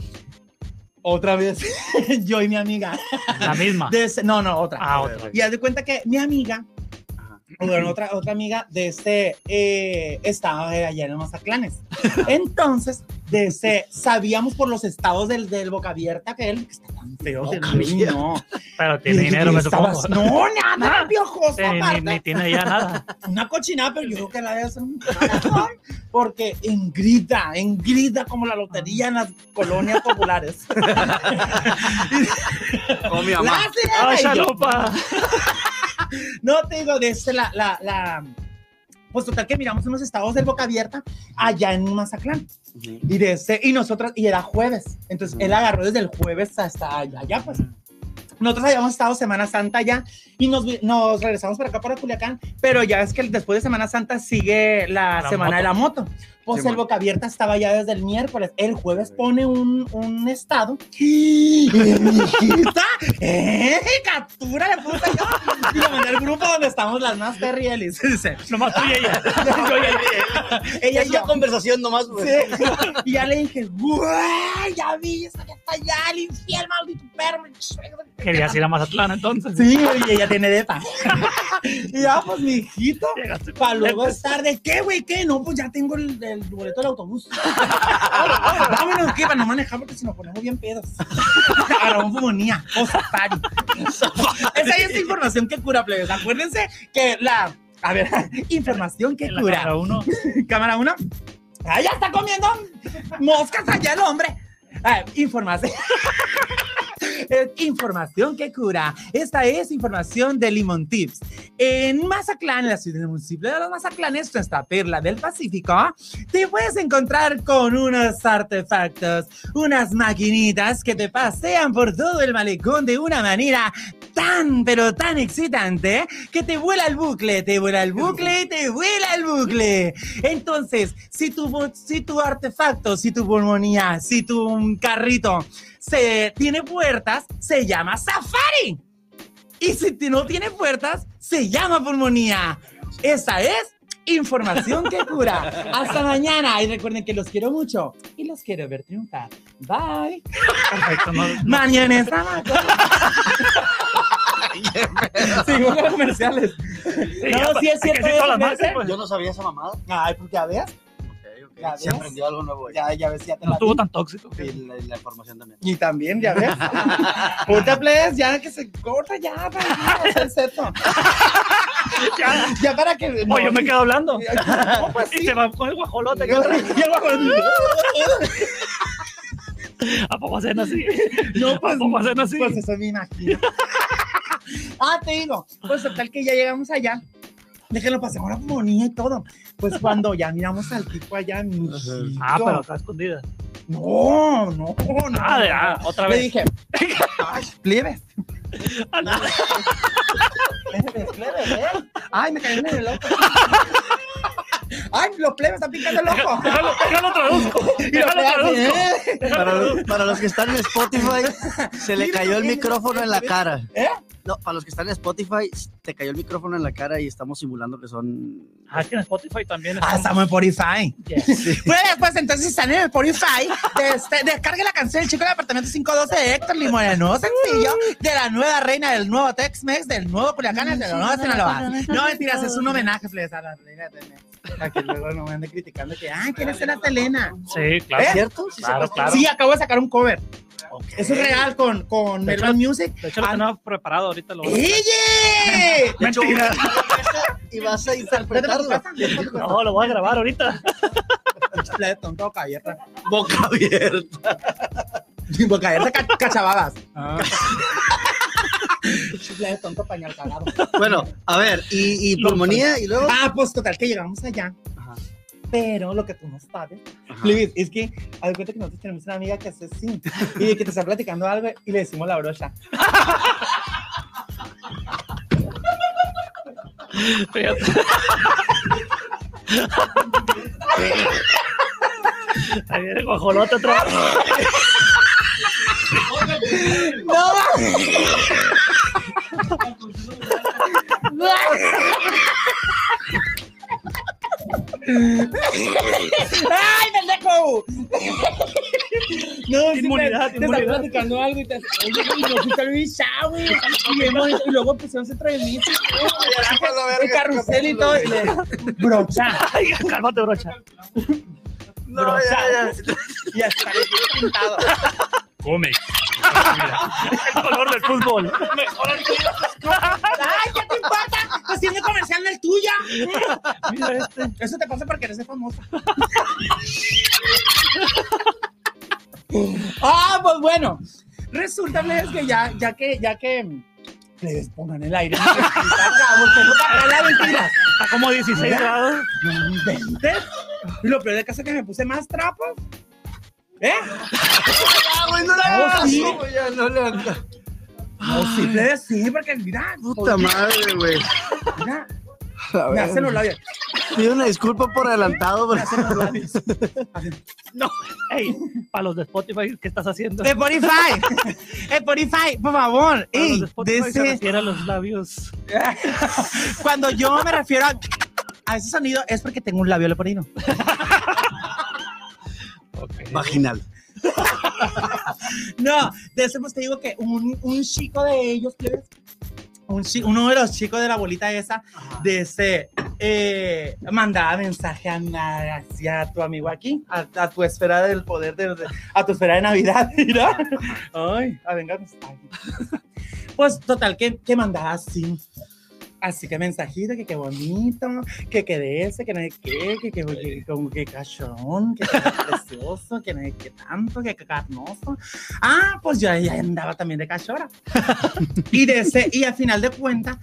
otra vez, yo y mi amiga.
La misma.
de ese- no, no, otra.
Ah, otra.
Y haz de cuenta que mi amiga,
Ajá.
bueno, otra, otra amiga de este, eh, estaba eh, allá en Mazaclanes. Entonces, de ese, sabíamos por los estados del, del boca abierta que él, que está tan feo,
Boca
Dios mío,
Abierta.
no.
Pero tiene
Y dije,
dinero, me
estaba-
supongo.
No, nada, piojoso,
Sí, ni,
aparte.
ni tiene ya nada.
Una cochinada, pero yo creo que la debe hacer un maratón, porque engrida, engrida como la lotería en las colonias populares.
Con mi mamá.
¡Lástima!
¡Ah,
Y yo,
chalupa!
No, te digo, de este, la, la, la, pues total que miramos unos estados del boca abierta allá en Mazatlán.
Ujú.
Y de este, y nosotros, y era jueves. Entonces
Ujú.
él agarró desde el jueves hasta allá, allá, pues. Nosotros habíamos estado Semana Santa allá y nos, vi- nos regresamos para acá, para Culiacán, pero ya es que después de Semana Santa sigue la,
La
Semana de la Moto. Pues
Sí,
el
man.
boca abierta estaba ya desde el miércoles. El jueves pone un, un estado. ¡Y mi hijita! ¡Eh! ¡Captura le puse yo! Y le mandé al grupo donde estamos las más perrieles. Dice,
Nomás tú y ella.
yo y ella. Ella
Ella
y
ya
yo.
conversación nomás, güey.
Sí. Y ya le dije, ¡güey! Ya vi, esa que está allá, el infiel, maldito perro.
Querías ir a Mazatlán entonces.
Sí, oye, ella tiene depa. y ya, pues, mi hijito,
Llegaste.
para luego estar de qué, güey, qué. No, pues ya tengo el, el boleto del autobús. Vámonos, que para no manejar, porque si nos ponemos bien pedos. Agarramos pulmonía o safari. Esa es información que cura, plebes. Acuérdense que la. A ver, información que
En la
cura.
cámara uno.
Cámara 1. ¡Ay, ya está comiendo moscas allá el hombre! Ah, información. Eh, información que cura. Esta es información de Limon Tips. En Mazatlán, en la ciudad del municipio de los Mazatlanes, nuestra perla del Pacífico, te puedes encontrar con unos artefactos, unas maquinitas que te pasean por todo el malecón de una manera tan, pero tan excitante que te vuela el bucle, te vuela el bucle, te vuela el bucle. Entonces, si tu, bo- si tu artefacto, si tu pulmonía, si tu mm, carrito se, tiene puertas, se llama safari. Y si ti- no tiene puertas, se llama pulmonía. Esa es información que cura. Hasta mañana. Y recuerden que los quiero mucho y los quiero ver triunfar. Bye.
Perfecto. No,
Mañana estamos. Sigo con comerciales. No, sí es cierto.
Hay que sí, todas las
¿eh?
marcas, pues.
Yo no sabía esa mamada.
Ay, pues ya ves,
Ok, ok.
Ya
Se
ves.
aprendió algo nuevo. güey.
ya, ya ves, ya te
No
la
estuvo
di.
tan tóxico.
Y la, y la información también.
Y también, ya ves. Puta please, ya que se corta, ya, para que seto.
Ya.
Ya para que.
Oye, yo me quedo hablando.
No, pues
Y
sí.
se va con el guajolote. que-
Y el guajolote.
¿A poco hacen así?
No,
¿A poco hacen así?
Pues eso me imagino. ah, te digo, pues total que ya llegamos allá. Déjenlo pasar ahora monía y todo. Pues cuando ya miramos al tipo allá, mi hijito.
Ah, pero está escondida.
No, no, no.
Ah, de- ah, otra
Le
vez.
dije, ay, plebes,
Ah, no.
plebes, plebes, ¿eh? Ay, me caí en el ojo. Ay, los plebes están picando el ojo.
Déjalo, déjalo traduzco.
Y los
Déjalo
plebes,
traduzco.
¿eh?
Para, para los que están en Spotify, se le
Mira,
cayó el
mira,
micrófono en la cara.
¿Eh?
No, para los que están en Spotify, te cayó el micrófono en la cara y estamos simulando que son.
Ah, es que en Spotify también.
Ah,
están-
estamos en Spotify.
Yes.
Pues, pues entonces si están en el Spotify, este, descargue la canción El Chico del Apartamento 512 de Héctor Limoneno, sencillo, de la nueva reina del nuevo Tex-Mex, del nuevo Culiacán, del de la nueva Sinaloa. No, mentiras, es un homenaje, Fles, a la reina de Tex-Mex. Para que luego no me ande criticando que, ah, ¿quién es la Selena?
Sí, claro.
¿Eh?
¿Cierto? Sí, se
Claro,
pasó.
claro. Eh.
Sí, acabo de sacar un cover.
Ok.
Eso es real con, con
De hecho,
Melon Music.
De hecho, lo
Ah. ¿eh?
tenemos preparado ahorita. Lo
¡Ella!
De hecho,
Mentira.
Y vas a
Vete a tu
interpretarlo.
casa, vete a tu casa.
No, lo voy a grabar ahorita.
La de tonto boca abierta.
Boca abierta.
Boca abierta, ca- cachabadas. La de tonto pañal cagado.
Bueno, a ver, y, y
Lo-
pulmonía y luego.
Ah, pues total que llegamos allá.
Ajá,
Pero lo que tú no sabes,
ajá.
Luis, es que haz de cuenta que nosotros tenemos una amiga que hace así y de que te está platicando algo y le decimos la brocha.
Fíjate. Ahí viene guajolota otra vez.
¡No! ¡No! ¡Ay, pendejo! No,
Inmunidad,
sí, te, te
inmunidad.
están platicando algo y te oye, güey, yo fui a Luis Chá, güey. Y vemos- Y luego pusieron ese tremito, el carrusel y todo. y le- Brocha.
Ay, cálmate, brocha.
No, ya, ya.
Y hasta le quedó pintado.
Come. El color del fútbol. Mejor
¡Ay, qué te importa! Haciendo comercial del tuya.
Mira este.
Eso te pasa porque eres famosa. ah, pues bueno. Resulta Bledes, que ya, ya que, ya que les pongan el aire. Está acá, porque no te acá la mentira.
Está como 16 grados.
No inventes. Y lo peor de caso es que me puse más trapos. ¿Eh?
Ah, güey, no la
No,
hagas,
sí.
güey, ya, no le hagas.
No, sí, Bledes, sí, porque mira,
Puta madre, güey.
mira,
A
me
ver,
hacen los labios.
Pido una disculpa por adelantado, pero
No. Ey, para los de Spotify, ¿qué estás haciendo?
Spotify, Spotify, por favor.
Para los
Ey,
de Spotify se
dice,
refiere a los labios.
Cuando yo me refiero a, a ese sonido es porque tengo un labio leporino.
vaginal.
No, de ese pues te digo que un, un chico de ellos, plebes, un chi- uno de los chicos de la bolita esa, de ese, eh, mandaba mensaje a, na- así a tu amigo aquí, a, a tu esfera del poder, de- de- a tu esfera de Navidad, mira. Ay, a venga, pues, ay. Pues total, que, que mandaba así. Así que mensajito, que qué bonito, que qué de ese, que no hay qué, que qué que, como que cachón, que qué precioso, que no hay qué tanto, que qué carnoso. Ah, pues yo ahí andaba también de cachora. y, de ese, y al final de cuentas,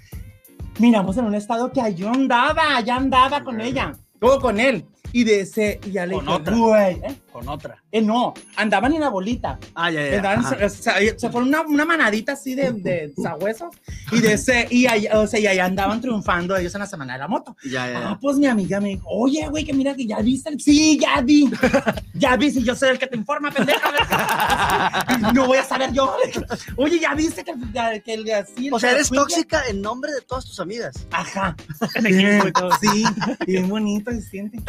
miramos en un estado que yo andaba, ya andaba con ella, todo con él. Y de ese, y ya le
Con
dije,
otra.
güey, ¿eh?
Con otra.
Eh, no, andaban en la bolita.
Ah, ya, ya.
Andaban-
ajá.
se, se- se fueron una, una manadita así de, de sabuesos y de ese, y ahí, o sea, y ahí andaban triunfando ellos en la semana de la moto.
Ya, ya,
Ah,
ya.
pues mi amiga me dijo, oye, güey, que mira que ya viste. el- Sí, ya vi. Ya vi, si yo soy el que te informa, pendeja. no voy a saber yo. Oye, ya viste que, el- que el así. el
O sea, eres
cuicle?
tóxica en nombre de todas tus amigas.
Ajá.
En equipo y todo.
Sí, bien bonito se siente.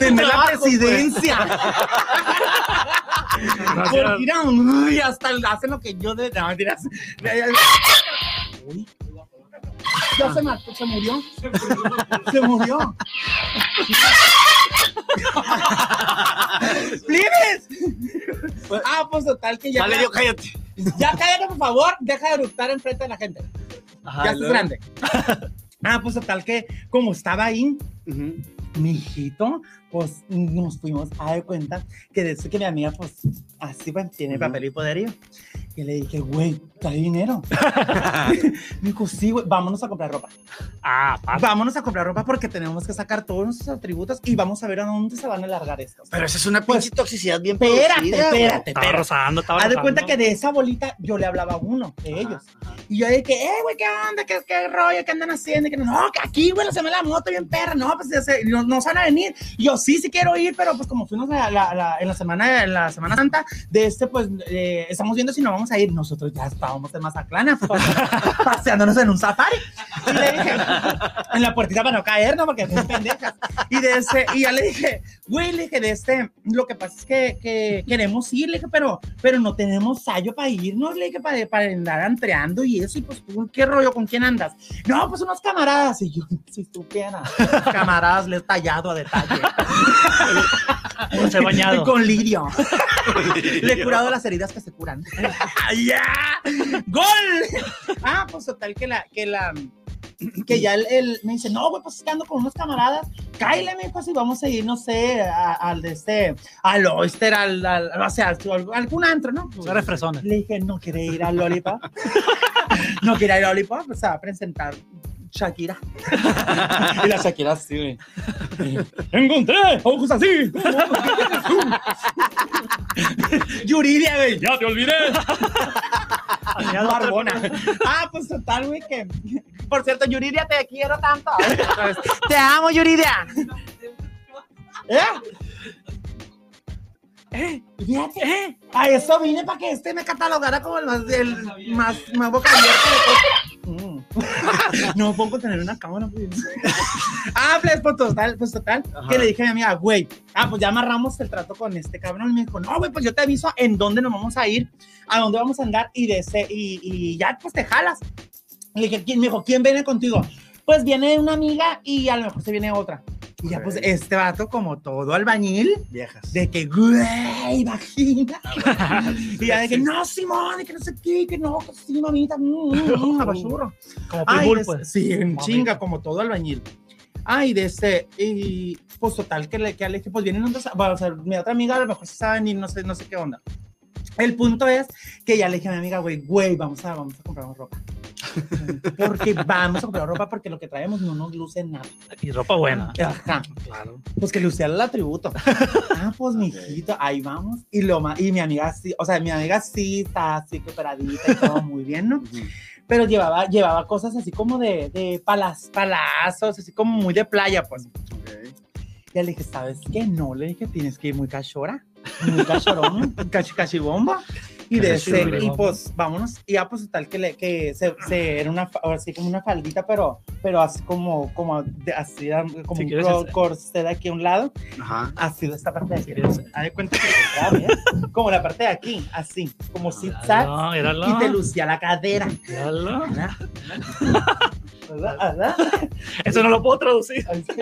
Tener la
trabajo, pues.
presidencia.
Gracias.
Por ir a un- uy, hasta el- hacen lo que yo de. No, mentiras. Uy. Ya se mató, se murió. Se murió. ¡Plibes! Ah, pues total que ya.
Vale, yo cállate.
Ya cállate, por favor. Deja de eructar enfrente de la gente.
Ajá,
ya
y
estás
luego-
grande. Ah, pues total que, como estaba ahí,
Ujú.
mi hijito, pues nos fuimos a dar cuenta que de eso que mi amiga, pues así pues, tiene
Ujú.
papel y poderío. Y le dije, güey, hay dinero. me dijo, sí, güey, vámonos a comprar ropa.
Ah, papá.
Vámonos a comprar ropa porque tenemos que sacar todos nuestros atributos y vamos a ver a dónde se van a alargar estos.
Pero esa es una
Pues,
pinche toxicidad bien
Espérate,
producida, güey.
espérate,
Estaba
espérate.
rozando, estaba
Haz de
rozando.
cuenta que de esa bolita yo le hablaba a uno de
Ajá,
ellos.
ajá.
Y yo dije, eh, güey, ¿qué onda? ¿Qué, qué rollo? ¿Qué andan haciendo? Que no, no, que aquí, güey, la semana de la moto bien perra. No, pues ya se- no, no se van a venir. Y yo sí, sí quiero ir, pero pues como fuimos a la- la- en la semana, en la semana Santa de este, pues eh, estamos viendo si nos vamos a ir. Nosotros ya estábamos en Mazaclana, pues, paseándonos en un safari. Y le dije, en la puertita para no caer, ¿no? Porque son pendejas. Y, de ese, y ya le dije, güey, le dije, de este, lo que pasa es que, que queremos ir, le dije, pero, pero no tenemos sallo para irnos, le dije, para, para andar entreando y eso. Y pues tú, ¿qué rollo? ¿Con quién andas? No, pues unos camaradas. Y yo, si tú camaradas, les he tallado a detalle.
Dulce bañado.
Con lirio. Le he curado las heridas que se curan. ¡Ya! ¡Gol! Ah, pues total que la, que la, que ya él, él me dice, no, güey, pues es que ando con unos camaradas. Cáile, me dijo, si vamos a ir, no sé, a- al de este, al Oyster, al, al, o sea, al- algún antro, ¿no?
Son refresones.
Le dije, no quiere ir al Lollipop. no quiere ir al Lollipop, pues se va a presentar Shakira. y la Shakira así, güey. ¡Encontré! ¡Ojos así! Yuridia, güey.
¡Ya te olvidé!
Barbona. Ah, pues total, güey, que Por cierto, Yuridia, te quiero tanto. Entonces, te amo, Yuridia. ¿Eh? ¿Eh? Fíjate, ¿eh? A eso vine para que este me catalogara como el más, el más, más boca abierta de todos. Mm. no pongo tener una cámara. Pues. ah, pues, pues, total, pues total.
Ajá.
Que le dije a mi amiga, güey, ah, pues ya amarramos el trato con este cabrón. Y me dijo, no, güey, pues yo te aviso en dónde nos vamos a ir, a dónde vamos a andar y, de ese- y, y ya, pues te jalas. Le dije, ¿quién? Me dijo, ¿quién viene contigo? Pues viene una amiga y a lo mejor se viene otra. Y ya, pues
Ok.
este vato, como todo albañil,
Viejas.
de que, güey, vagina. y ya de que, no, Simón, y que no sé qué, que no, que sí, mamita, mmm, mm, abachurro.
Como
Ay,
Pitbull,
de-
pues.
Sí, en
Mamita.
chinga, como todo albañil. Ay, de este, y pues total, que le, que le dije, pues vienen otras, bueno, o sea, mi otra amiga a lo mejor se saben y no sé, no sé qué onda. El punto es que ya le dije a mi amiga, güey, güey, vamos a, vamos a comprarnos ropa. Porque vamos a comprar ropa porque lo que traemos no nos luce nada.
Y ropa buena.
Ajá.
Claro.
Pues que lucía el atributo. Ah, pues mijito, ahí vamos. Y lo ma- y mi amiga sí, o sea, mi amiga sí está así preparadita y todo muy bien, ¿no?
Ujú.
Pero llevaba, llevaba cosas así como de, de palas, palazos, así como muy de playa, pues.
Ok.
Ya le dije, ¿sabes qué? No, le dije, tienes que ir muy cachora, muy cachorón, cachi, cachibomba. Y de ese, y
Cachibomba.
pues vámonos. Y ya, pues tal que, le, que se, se- era una, fa- ahora sí como una faldita, pero, pero así como, como, de- así, como
Si
un
quieres
cor-
hacer-
corset aquí a un lado
Ajá.
así de esta parte de aquí.
¿Quieres?
Haz de cuenta que te grabé, ¿eh? como la parte de aquí, así, como zigzag,
No, era
y te lucía la cadera. ¿Verdad? ¿Verdad? ¿Verdad?
Eso no lo puedo traducir.
Ay, sí.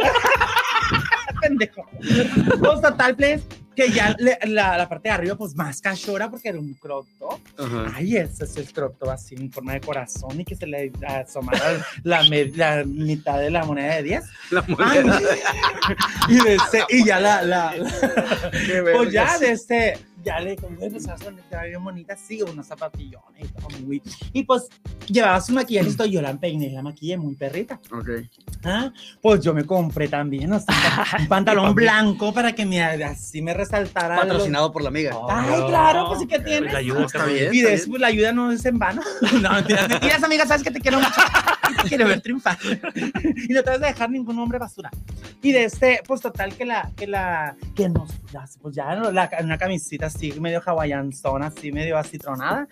Pendejo. Pues total, please, que ya le- la, la parte de arriba, pues más cachora, porque era un crop top.
Ajá.
Ay, ese es el crop top así en forma de corazón y que se le asomara la, me- la mitad de la moneda de 10.
La
Ay,
moneda.
y, de ese- y ya la- la,
Qué
Pues ya,
vergas.
de este, ya le dije, güey, pues vas a meter bien bonita, sí, unos zapatillones y todo muy. Y pues llevaba su maquillaje, esto, yo la peiné, la maquillé muy perrita.
Ok.
Ah, pues yo me compré también, o sea, un pantalón blanco para que me, así me resaltara. los-
Patrocinado por la amiga.
Ay, claro, pues ¿y qué tienes?
La ayuda,
Está
cabrón.
bien.
Y después la ayuda no es en vano. No, mentiras, mentiras, amiga, sabes que te quiero mucho. Y te quiero ver triunfar. Y no te vas a dejar ningún hombre basura. Y de este, pues total, que la, que la, que nos, ya, pues ya no, la- una camisita así, medio hawaianzona, así, medio acitronada.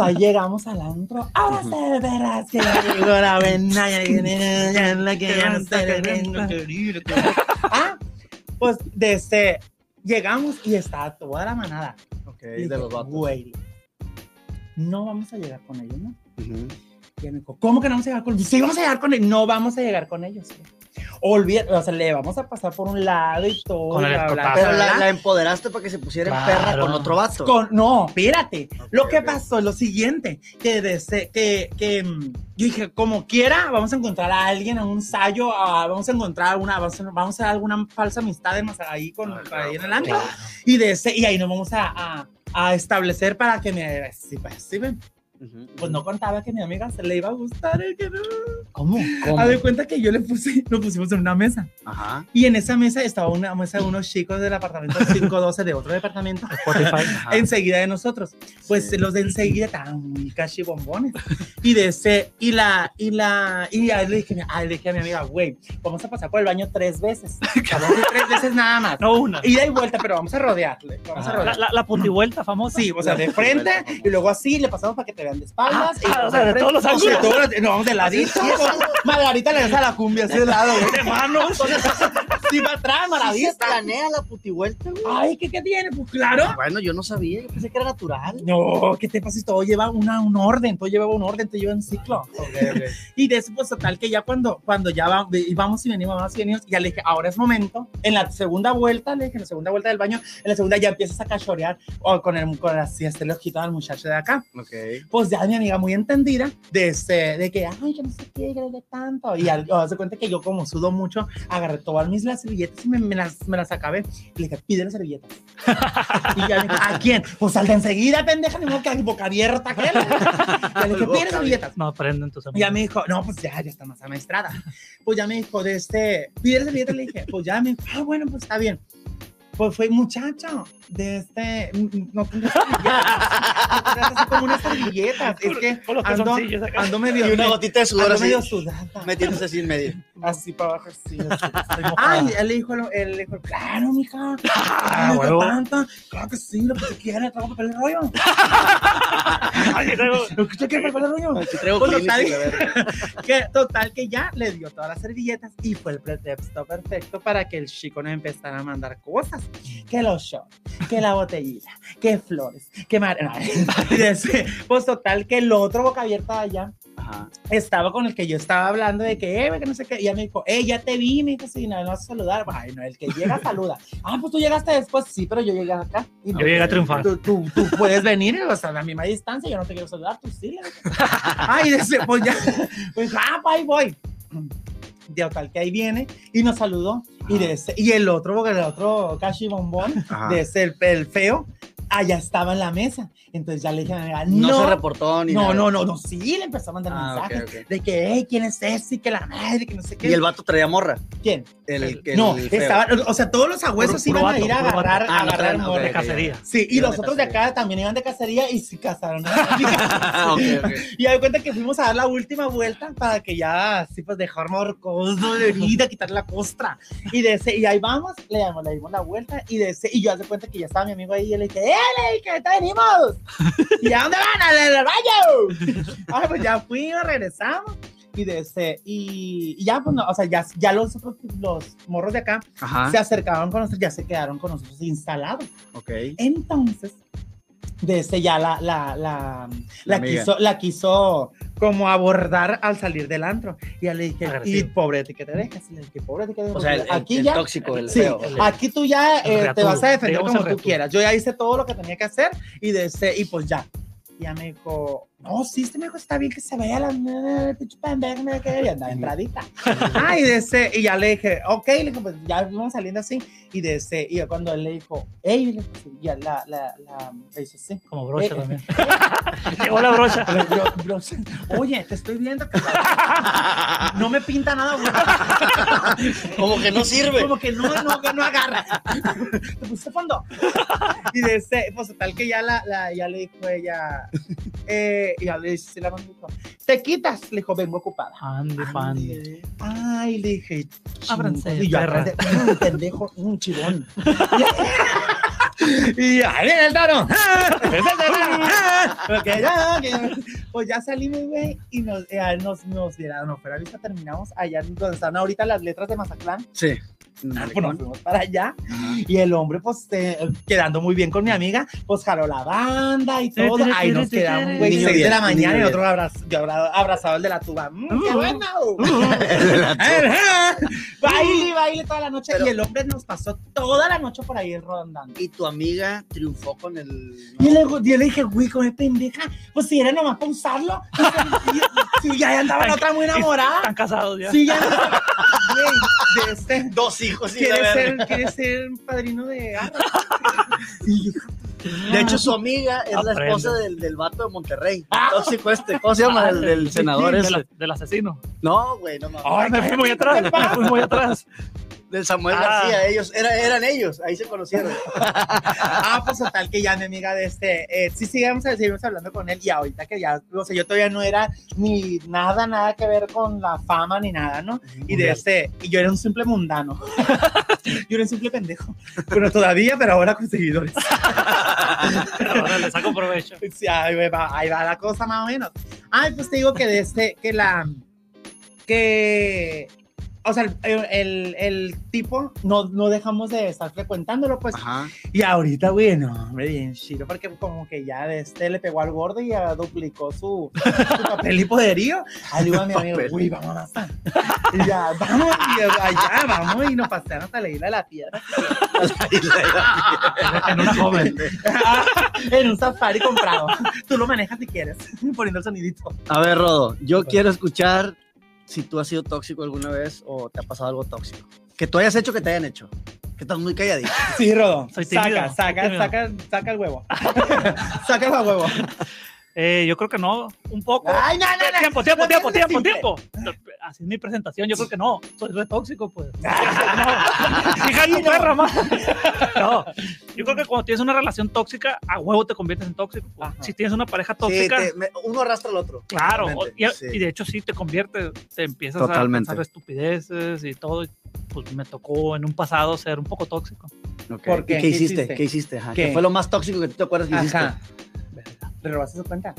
ahí llegamos al antro. Ahora se verás que ya llegó la buena, ya viene, ya es la que ya no se le ve, lo que brilla, lo que brilla. Ah, pues de este, llegamos y estaba toda la manada.
Ok,
Y
de
dije,
los vatos.
Güey, no vamos a llegar con ellos, ¿no?
Ujú.
Y él me dijo, ¿cómo que no vamos a llegar con ellos? Sí, vamos a llegar con ellos. No vamos a llegar con ellos. güey. Olvídate, o sea, le vamos a pasar por un lado y todo.
Con el
y bla, bla, bla,
escotazo.
bla,
Pero
bla,
la,
bla.
la empoderaste para que se pusiera en
Claro.
perra con otro vato.
Con- no, espérate. lo que
ok.
pasó es lo siguiente, que, desde, que, que mm, yo dije, como quiera, vamos a encontrar a alguien, a un sayo, a- vamos a encontrar una, vamos a, vamos a hacer alguna falsa amistad de más ahí, con,
Ah,
ahí en
claro,
el antro. Y, de ese, y ahí nos vamos a, a- a establecer para que me... Sí, pues, sí, ven.
Ujú.
pues no contaba que mi amiga se le iba a gustar el que no.
¿Cómo? ¿Cómo?
A de cuenta que yo le puse, lo pusimos en una mesa.
Ajá.
Y en esa mesa estaba una mesa de unos chicos del apartamento 512 de otro departamento.
Spotify.
Ajá.
Enseguida de nosotros. Pues
Sí.
los de enseguida estaban muy casi bombones. Y de ese, y la, y la, y ahí le dije, ahí le dije a mi amiga, güey, vamos a pasar por el baño tres veces. Vamos a ir tres veces nada más.
No una.
Ida y vuelta, pero vamos a rodearle. Vamos
Ajá.
a
La,
rodearle.
la, la putivuelta famosa.
Sí, o sea, de frente y luego así le pasamos para que te vean de espaldas. y
Ah, o sea, de
frente.
todos los
O sea,
ángulos.
todos los- no, vamos de ladito. Margarita le da la cumbia así de lado, güey.
de manos.
Sí, para atrás,
¿Así se
Margarita.
planea la putivuelta, güey?
Ay, ¿qué, ¿qué tiene? Pues claro.
Bueno, yo no sabía, yo pensé que era natural.
No, ¿qué te pasa? Si todo lleva una, un orden, todo lleva un orden, todo lleva un ciclo. Y de eso, pues, total, que ya cuando, cuando ya va- y vamos y venimos, vamos y venimos, ya le dije, ahora es momento. En la segunda vuelta, le dije, en la segunda vuelta del baño, en la segunda ya empiezas a cachorear o con el, con así, este el ojito al muchacho de acá.
Ok.
pues ya mi amiga muy entendida de, este, de que, ay, que no sé qué, que no sé tanto. Y al, hace cuenta que yo como sudo mucho, agarré todas mis las servilletas y me, me las, me las acabé. Y le dije, pide las servilletas. y ya me dijo, ¿a quién? Pues al de enseguida, pendeja, ni modo que boca abierta. ¿qué? Ya le dije, pide las servilletas.
No aprenden tus
Ya
amigos.
me dijo, no, pues ya, ya está más amaestrada. Pues ya me dijo, de este, pide las servilletas, le dije, pues ya me dijo, ah, bueno, pues está bien. pues fue muchacho de este, no tengo servilletas, no tengo así como unas servilletas, es que
Con los
ando,
calzoncillos acá.
ando medio,
Y una gotita de sudor
ando
así,
medio sudada,
metiéndose así en medio.
así para abajo, así, así.
Ah,
Ay, él le dijo, el- él le dijo, claro, mija,
Ah,
no
huevo.
tanto, claro que sí, lo que tú quieras, traigo papel de rollo,
ay, luego,
lo que tú quieras, papel de rollo.
Aquí traigo
Pues,
clínicas,
total.
la verdad.
Que, total, que ya le dio todas las servilletas y fue el pretexto perfecto para que el chico nos empezara a mandar cosas. Que los shorts, que la botellita, que flores, que mar... no, y después, Pues total, que el otro boca abierta allá
Ajá.
estaba con el que yo estaba hablando de que, eh, güey, que no sé qué. Y ella me dijo, eh, ya te vi, me dijo, sí, no, no vas a saludar. Ay, no, el que llega saluda. Ah, pues tú llegaste después, sí, pero yo llegué acá. Y no,
Yo llegué a triunfar.
Tú, tú, tú puedes venir, o sea, a la misma distancia, yo no te quiero saludar, tú sí. le dije. Ay, dice, pues ya, pues, ah, pa, ahí voy. De tal que ahí viene y nos saludó. Y, de ese- y el otro, porque el otro Cashi Bombón,
Ajá.
de ese, el, el feo, allá estaba en la mesa. Entonces ya le dije, a mi amiga,
No, se
no,
reportó ni
no,
nada.
no, no, no, sí, le empezó a mandar
Ah, ok,
mensajes
ok.
de que, hey, ¿quién es ese? Que la madre, que no sé qué.
Y el vato traía morra.
¿Quién?
El, el-
no,
el feo.
estaban, o sea, todos los
Puro-
agüesos
puro
iban a
vato,
ir a
puro vato.
agarrar,
Ah,
a
no,
agarrar
no,
morra.
de
ok,
cacería.
Sí, y
Iban
los
de
otros de
cacería.
acá también iban de cacería y se casaron.
Ah, ok, ok.
y hay cuenta que fuimos a dar la última vuelta para que ya, así pues, dejar morcoso de herida, quitar la costra. Y, de ese, y ahí vamos, le damos, le dimos la vuelta y, de ese, y yo hace cuenta que ya estaba mi amigo ahí y yo le dije, ¡Eh, le dije, ahorita venimos! ¿Y a dónde van? ¡Al al baño! Ah, pues ya fuimos, regresamos. Y, de ese, y, y ya, pues, no, o sea, ya, ya los, otros- los morros de acá
Ajá,
se acercaban con nosotros, ya se quedaron con nosotros instalados.
ok.
Entonces, de ese ya la, la, la,
La
la,
amiga.
quiso, la quiso como abordar al salir del antro. Y ya le dije, y
Agresivo.
pobre de que te dejas, y le dije, pobre de que te dejas.
O sea, el, el-
aquí
el
ya,
tóxico, el
sí,
feo.
aquí tú ya
El
eh, te
reatudo.
vas a defender
Digamos
como
el
tú
reatudo.
quieras. Yo ya hice todo lo que tenía que hacer y de ese, y pues ya. Y ya me dijo, no, sí, este me dijo, está bien que se vea la pinche pendeja, me que y andaba entradita. Ay, de ese, y ya le dije, ok, le dije, pues ya vamos saliendo así. Y de ese, y yo cuando él le dijo, hey, le dije, ya la, la, la, le hizo así.
Como brocha
Eh,
también. Llegó la brocha.
Le- bro- bro- Oye, te estoy viendo, cabrón. no me pinta nada, güey.
Como que no sirve.
Como que no, no, que no agarra. Te puse fondo. Y de ese, pues tal que ya, la, la- ya le dijo ella, eh, y ya le dice, sí, la mamá dijo, te quitas. Le dijo, vengo ocupada.
Andy, Pandy.
Ay, le dije,
Ábranse,
chingos. Y yo
perra.
atrás de, un pendejo, un chivón. y ahí viene el toro. Porque ya, que- pues ya salimos, güey, y nos, eh, nos, nos dieron, no, pero ahorita terminamos allá donde están ahorita las letras de Mazatlán.
Sí. Ah,
Pues nos fuimos para allá y el hombre, pues, eh, quedando muy bien con mi amiga, pues jaló la banda y todo. Ahí nos quedamos, güey,
Niño
6 de
bien,
la mañana y
niño
otro abraz- yo abra- abrazado el de la tuba. Mm, ¡Qué
Uh.
bueno! baile, y baile toda la noche. Y el hombre nos pasó toda la noche por ahí rondando.
Y tu amiga triunfó con el.
Y le, yo le dije, güey, con esta pendeja, pues si era nomás para usarlo. Si ya andaba la otra muy enamorada.
Están casados ya.
Si ya andaba. Güey, de este.
Dos hijos. y la
¿Quieres
verga.
ser, ¿Quieres ser padrino de Garra? Y yo,
De hecho, su amiga es la
Aprende.
esposa del, del vato de Monterrey.
Ah.
El Tóxico este. ¿Cómo se llama? El del senador
¿De quién? Ah, Del-
ese.
Del asesino.
No, güey, no mames.
Ay, me fui muy atrás. Me fui muy atrás.
Del Samuel
Ah.
García. Ellos, era- eran ellos. Ahí se conocieron.
ah, pues total que ya mi amiga de este, eh, sí, sigamos, seguimos hablando con él y ahorita que ya, o sea, yo todavía no era ni nada, nada que ver con la fama ni nada, ¿no? Y de este, y yo era un simple mundano. yo era un simple pendejo. Bueno, todavía, pero ahora con seguidores.
Ahora le saco provecho.
Sí, ahí, va, ahí va la cosa más o menos. Ay, pues te digo que de este, que la, que, o sea, el, el- el tipo, no, no dejamos de estar frecuentándolo, pues.
Ajá.
Y ahorita, güey, no, hombre, bien chido, porque como que ya de este le pegó al gordo y ya duplicó su, su papel y poderío. Ahí le digo a mi amigo,
Papel.
uy, vamos a pasar. Y ya, vamos, y yo, allá, vamos, y nos pasearon hasta la isla de la piedra.
En una joven.
en un safari comprado. Tú lo manejas si quieres, poniendo el sonidito.
A ver, Rodo, yo quiero escuchar si tú has sido tóxico alguna vez o te ha pasado algo tóxico. Que tú hayas hecho que te hayan hecho. Que estás muy calladito.
Sí, Rodo.
Soy tímido,
saca,
soy
saca,
tímido.
saca, saca el huevo. saca el huevo.
Eh, yo creo que no. Un poco.
Ay, no, no, no.
Tiempo, tiempo,
No
tiempo,
pienses
tiempo,
simple.
tiempo. así es mi presentación. Yo creo que no, soy re tóxico, pues. No, hija de tu perra, ma. No, yo creo que cuando tienes una relación tóxica, a huevo te conviertes en tóxico. pues.
Ajá.
Si tienes una pareja
Sí,
tóxica,
te- me- uno arrastra al otro.
claro.
Totalmente,
Y, a-
sí.
y de hecho, sí te conviertes, te empiezas
Totalmente.
a pensar estupideces y todo. y, Pues me tocó en un pasado ser un poco tóxico.
¿Por
¿Y
qué?
qué,
¿Qué
hiciste?
hiciste?
¿Qué hiciste? Ajá,
¿Qué?
¿Qué fue lo más tóxico que tú te acuerdas que
Ajá.
Verga.
¿Te robaste su cuenta?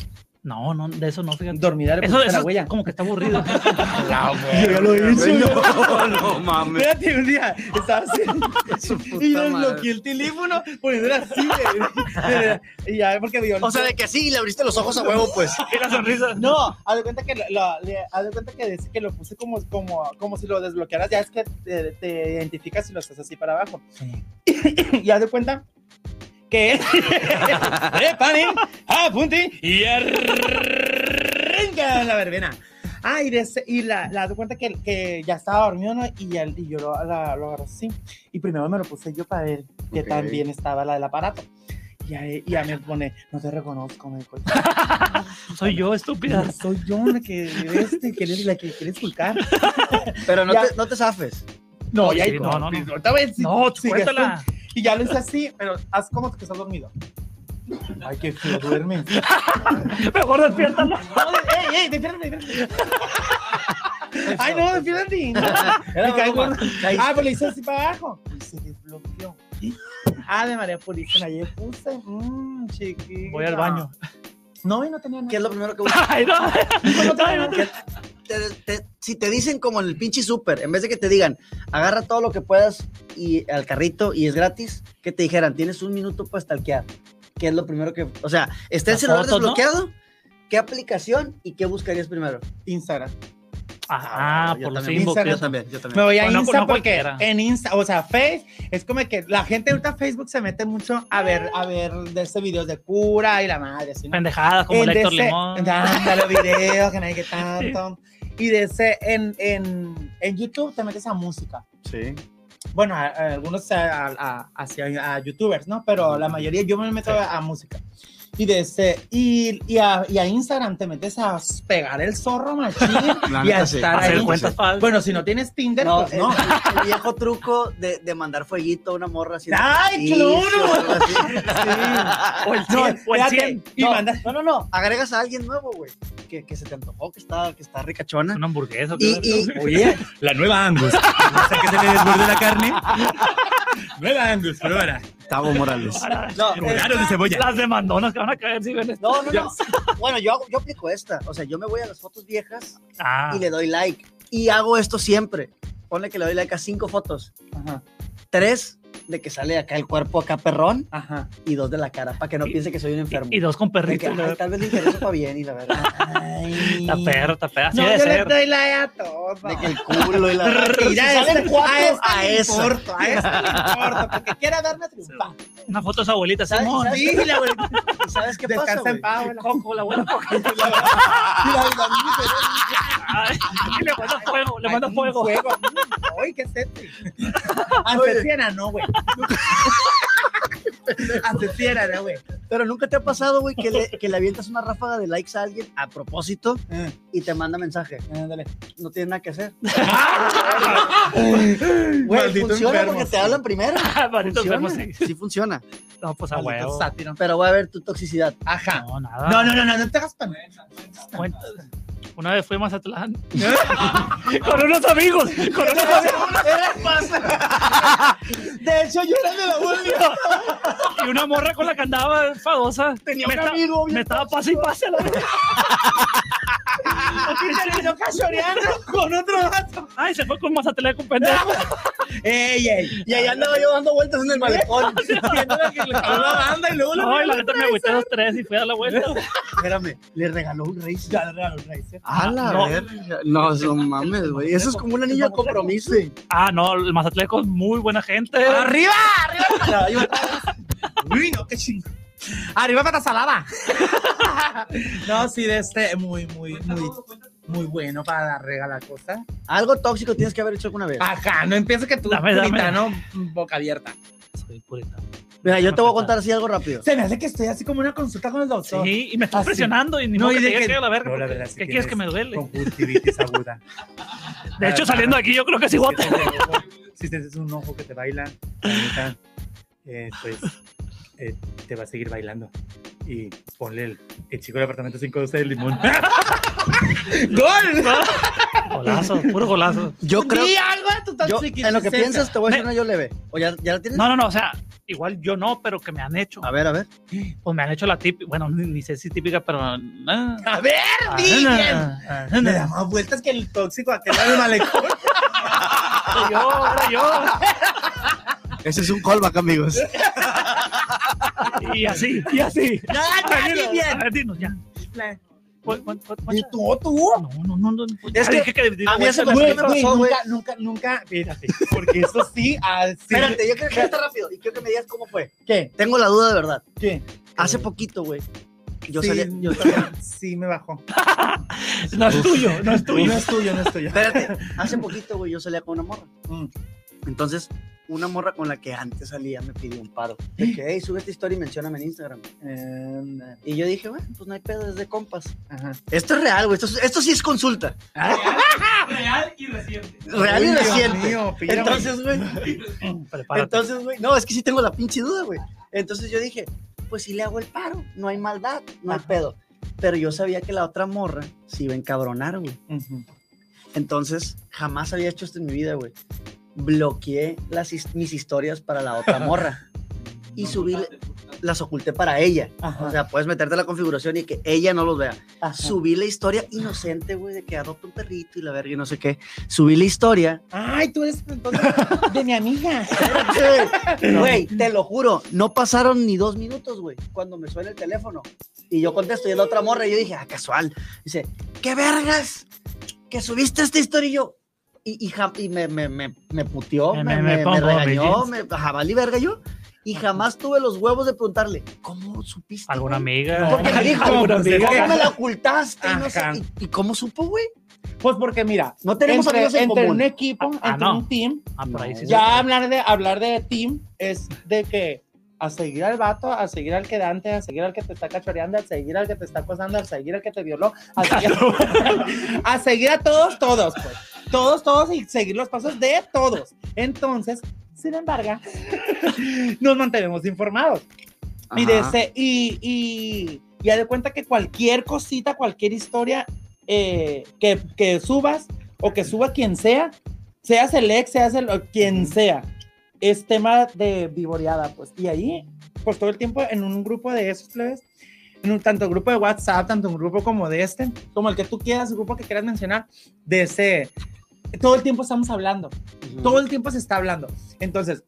No, no, de eso no, fíjate.
Dormida le
Eso,
pusiste la
eso
huella.
como que está aburrido.
hiciste?
Yo lo hice.
No, no mames.
Espérate, un día estaba haciendo.
Su puta
y
madre.
desbloqueé el teléfono poniéndole así, güey. y ya, porque vio.
O sea, de que sí, le abriste los ojos a huevo, pues.
y la sonrisa.
No, haz de cuenta que, lo, lo- le- haz de cuenta que, dice que lo puse como, como, como si lo desbloquearas. Ya es que te, te identificas si lo estás así para abajo. y haz de cuenta que. ¡Preparen! ¡Apunten! ¡Y arranca la verbena! Ah, y, de ese- y la, la haz de cuenta que, que ya estaba dormido, ¿no? Y, el- y yo lo, la- lo agarré así. Y primero me lo puse yo para ver que
Ok.
también estaba la del aparato. Y ya, y ya me pone, no te reconozco, me dijo.
Soy yo, estúpida.
Mira, soy yo la que este, que eres la que quiere esculcar.
Pero no,
Ya.
te, no te zafes.
No,
Sí,
ya
no, no, no.
Pues, Ahorita voy a decir-
No,
sí,
cuéntala.
Y ya lo hice así, pero haz como que estás dormido. Ay, qué feo, duerme.
Mejor despiértala.
¡Ey, ey, defiéndete, defiéndete! ¡Ay, no, defiéndete! No.
Era
Me cae
broma.
gordo.
Ahí-
Ah, pues le hice así para abajo. Y se desbloqueó. Ah, de María Purísima, ayer puse. Mmm, chiquita.
Voy al baño.
No, y no tenía nada.
¿Qué es lo primero que buscas?
Ay, no.
no tenía
Ay, no.
nada.
te- te- si te dicen como en el pinche súper, en vez de que te digan, agarra todo lo que puedas y al carrito y es gratis, que te dijeran, tienes un minuto para stalkear. Que es lo primero que. O sea, ¿está el
Las
celular
fotos, ¿no?
desbloqueado? ¿Qué aplicación y qué buscarías primero?
Instagram.
Ah,
yo
por los
también,
inbox.
Yo también, yo
Me
también.
voy a
O no-
Insta
no
porque
cualquiera.
en Insta, o sea, Face, es como que la gente ahorita Facebook se mete mucho a ver, a ver de ese videos de cura y la madre, así, ¿no?
Pendejadas como
En
el Héctor
de ese-
Limón.
Ándale, videos, que no hay que tanto. Y de ese, en, en, en YouTube te metes a música.
Sí.
Bueno, a- a algunos a, a- hacia- a youtubers, ¿no? Pero la mayoría yo me meto a, a música. Y de ese, y, y, a, y a Instagram te metes a pegar el zorro, machín. y a estar
Hacer
ahí.
cuentas falsas.
Bueno, si no tienes Tinder,
No,
pues no.
El, el viejo truco de, de mandar fueguito a una morra así.
¡Ay, claro!
Sí.
O el
No,
cien, o el
espérate,
cien.
y
No,
manda-
no, no, no. Agregas a alguien nuevo, güey. Que, que se te antojó, que está, que está ricachona.
Una hamburguesa. ¿o qué?
Y, y-
Oye, la nueva Angus. No sé qué se le desbordó la carne. Nueva Angus, pruébala.
Tavo Morales. No,
Con
eh,
aros de cebolla.
Las demandonas que van a caer si ven esto.
no, no, no. Bueno, yo, hago- yo aplico esta. O sea, yo me voy a las fotos viejas
Ah,
y le doy like. Y hago esto siempre. Ponle que le doy like a cinco fotos.
Ajá,
Tres de que sale acá el cuerpo acá perrón
ajá.
y dos de la cara para que no
Y-
piense que soy un enfermo.
y dos con
De que,
perritos.
ay,
la-
tal vez le interesa para bien y la verdad.
La perra, la perra. Así
No,
debe
yo le
ser.
doy like a todo.
De que el culo y la.
Mira,
Si salen
esta-
cuatro,
a esta
a
le
esa.
importo, a esta le importo, porque quiera darme triunfar.
Una foto de su abuelita.
¿Sabes-
Simón.
sabes-
Sí, la abuela.
¿Y ¿Sabes qué pasa?
Descansa en
güey?
paz, abuela.
Coco, la abuela. Coco.
Y la- la misma historia.
Ay, Le manda fuego, le
Ay,
manda
un
fuego.
Mm, Ay, qué sexy. Asesiana, no, güey. Asesiana, no, güey.
Pero nunca te ha pasado, güey, que le, que le avientas una ráfaga de likes a alguien a propósito
Eh,
y te manda mensaje.
Ándale.
No tienes nada que hacer. Güey,
Maldito
funciona
enfermo,
porque te
sí.
hablan primero.
Manito enfermo,
Funciona.
pues, sí.
Sí funciona.
No, pues a
Maldito
huevo.
sátiro.
Pero voy a ver tu toxicidad.
Ajá.
No, nada.
No, no, no, no, no te hagas pan.
Cuenta- Una vez fui a Mazatlán con unos amigos, con unos amigos
De hecho, yo era de la última.
y una morra con la que andaba enfadosa. Tenía me
un
esta-
amigo bien
Me estaba pase y pase a la vez.
Y terminó cachoreando con otro vato.
Ay, se fue con Mazatlán con pendejo.
Ey, ey.
Y ahí andaba yo dando vueltas en el malecón.
Viéndole que le jaló la banda y luego la
No, y la neta me agüité los tres y fui a dar la vuelta.
Espérame, le regaló un racer.
Ya, ya, ya, ya.
A la
No.
verga. No, no mames, güey. Eso es como un anillo de compromiso.
Ah, no, el Mazatlán es muy buena gente.
Ah,
¡Arriba! ¡Arriba! ¡Arriba! ¡Uy, no, qué chingo! ¡Arriba pata salada! No, sí, de este, muy, muy, muy, muy bueno para regalar cosas.
Algo tóxico Ah, tienes que haber hecho alguna vez.
Ajá, no empieces que tú,
Dame, dame.
puritano, boca abierta.
Soy puritano.
Mira, yo te voy a contar así algo rápido.
Se me hace que estoy así como una consulta con el doctor.
Sí, y me está
Así.
presionando y ni
Ah, No,
modo
y
que te
de
diga
que-
que la verga.
No, la
porque-
verdad es que
¿Qué quieres que me
tienes
duele?
Conjuntivitis aguda.
De hecho, saliendo de aquí, yo creo que sí
Si
voto.
te- Si tienes un ojo que te baila, la neta, eh, pues eh, te va a seguir bailando. Y ponle el, el chico del apartamento 512 de limón.
Ah.
¡Gol!
Golazo, puro golazo.
Yo creo.
Di algo de tu
Yo, en lo que piensas, te voy a decir
Me-
una yo leve. ¿O ya, ya la tienes?
No, no, no, o sea, igual yo no, pero que me han hecho.
A ver, a ver.
Pues me han hecho la típica, bueno, ni, ni sé si típica, pero... ah,
A ver,
ah,
di
ah,
bien.
ah,
Me
ah,
da más vueltas que el tóxico aquel del malecón.
ah, Yo, era yo.
Ese es un callback, amigos.
Y así, y así.
No, no, di bien.
A ver, dinos, ya. ¿Cuál- cuál- cuál- cuál-
Di tú, tú.
No, no, no, no.
Es
ya
que
dije que
a mí eso me
Güey,
Tienes
güey,
razón, güey.
nunca, nunca, nunca, fíjate, porque eso sí, así.
Espérate, yo quiero que está rápido y quiero que me digas cómo fue.
¿Qué?
Tengo la duda de verdad.
¿Qué?
Hace poquito, güey. Yo
sí,
salí.
yo también, sí me bajó.
No es tuyo, no es tuyo.
No es tuyo, no es tuyo.
Espérate, hace poquito, güey, yo salía con una morra.
Mm.
Entonces, una morra con la que antes salía me pidió un paro. De que, hey, sube esta historia y mencióname en Instagram.
Eh,
Y yo dije, bueno, pues no hay pedo, es de compas.
ajá.
Esto es real, güey. Esto, es- esto sí es consulta.
Real y reciente.
Real y
Uy, Dios
reciente.
mío, pilla, güey.
Entonces, güey.
Prepárate.
Entonces, güey, no, es que sí tengo la pinche duda, güey. Entonces yo dije, pues sí le hago el paro, no hay maldad, no hay
Ajá.
pedo. Pero yo sabía que la otra morra se iba a encabronar, güey.
Ujú.
Entonces, jamás había hecho esto en mi vida, güey. Bloqueé las, his- mis historias para la otra morra. y subí, las oculté para ella.
Ajá.
O sea, puedes meterte a la configuración y que ella no los vea.
Ajá.
Subí la historia inocente, güey, de que adopta un perrito y la verga y no sé qué. Subí la historia
Ay, tú eres entonces de mi amiga.
Sí. Güey, te lo juro, no pasaron ni dos minutos, güey, cuando me suena el teléfono. Y yo contesto, y es la otra morra, y yo dije, ah, casual. Dice, ¿qué vergas? ¿Que subiste esta historia? Y yo, y, y ja- y me, me, me, me puteó,
Me-
me,
me-
me-
me
me
pongo
regañó,
mis
me, ajá, valí verga yo. Y jamás tuve los huevos de preguntarle, ¿cómo supiste?
¿Alguna
güey?
amiga?
Porque me dijo,
¿Alguna
pues, es
amiga?
¿Cómo me la ocultaste? Y no sé,
Ajá.
¿y, y cómo supo, güey?
Pues porque mira,
No tenemos
entre,
amigos en
entre
común.
un equipo,
Ah,
entre
no.
un team,
Ah, por ahí sí.
No.
ya hablar de hablar de team es de que a seguir al vato, a seguir al quedante, a seguir al que te está cachoreando, a seguir al que te está acosando, a seguir al que te violó, a seguir, a, seguir a todos, todos, pues. Todos, todos y seguir los pasos de todos. Entonces, sin embargo, nos mantenemos informados. Y, de
Ajá.
ese- y, y ya de cuenta que cualquier cosita, cualquier historia eh, que, que subas o que suba quien sea, seas el ex, seas el o quien sea, es tema de vivoreada, pues. Y ahí, pues todo el tiempo en un grupo de esos plebes, en un tanto grupo de WhatsApp, tanto un grupo como de este, como el que tú quieras, el grupo que quieras mencionar, de ese, todo el tiempo estamos hablando
Ujú.
todo el tiempo se está hablando. Entonces,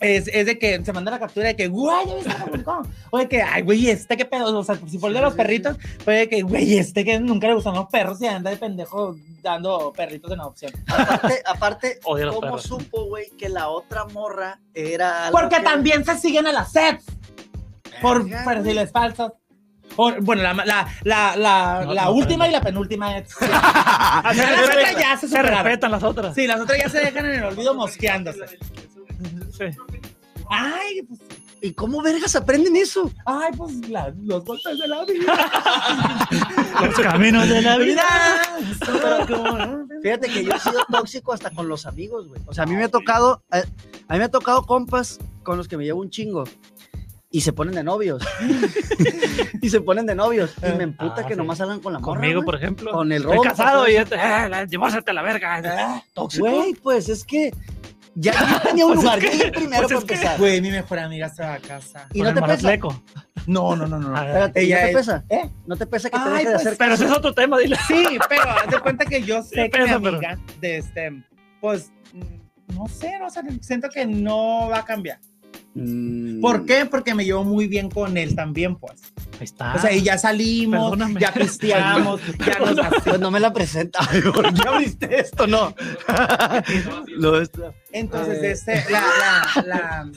es, es de que se manda la captura de que, güey, ya viste cómo brincó?" O de que, ay, güey, este qué pedo. O sea, si fue el de
Sí,
los
sí,
perritos, fue de que, güey, este que nunca le gustan los perros y anda de pendejo dando perritos en adopción.
Aparte, aparte
Odio a los
¿Cómo
perros.
supo, güey, que la otra morra era algo
Porque
que-
también se siguen a las sets por
Verga, güey.
perfiles falsos. O, bueno, la, la, la, la,
No,
la
no,
última
no.
y la penúltima. es- O sea, las otras ya se
Ah, Se
superaron.
respetan las otras.
Sí, las otras ya se dejan en el olvido mosqueándose. Ay, pues
¿Y cómo vergas aprenden eso?
Ay, pues la- los golpes de la vida.
Los caminos de la vida.
Pero como, ¿no?
Fíjate que yo he sido tóxico hasta con los amigos, güey. O sea, a mí me ha tocado, a, a mí me ha tocado compas con los que me llevo un chingo. Y se ponen de novios. y se ponen de novios. Y me emputa
Ah,
que
sí.
nomás salgan con la morra.
Conmigo,
güey.
por ejemplo.
Con el
Estoy
robo.
casado
pasó
y
eso.
este, eh, la- llevársate a la verga.
Ah,
eh, Tóxico.
Güey, pues es que ya yo tenía un
Pues es
lugar.
que-
yo llegué primero
pues es que-
para empezar.
Güey, mi mejor amiga se va a casa.
Y
Con
no
el
te pesa.
maratleco.
No, no, no, no. no.
Espérate, ¿y ¿no
Ella
te
es-
pesa?
¿Eh?
¿No te pesa que te
Ay,
deje de
pues,
hacer
Pero ese es otro tema, dile.
Sí, pero haz de cuenta que yo
Sí,
sé que mi
pesa, pero-
amiga de este, pues, mm, no sé, no sé, siento que no va a cambiar.
Mm.
¿Por qué? Porque me llevo muy bien con él también, pues.
Ahí está.
O sea, y ya salimos,
Ah, Perdóname.
ya pisteamos, ya nos
Pues no me la presenta. ¿Por qué abriste esto? No. Lo está.
Entonces,
Eh.
este, la, la, la,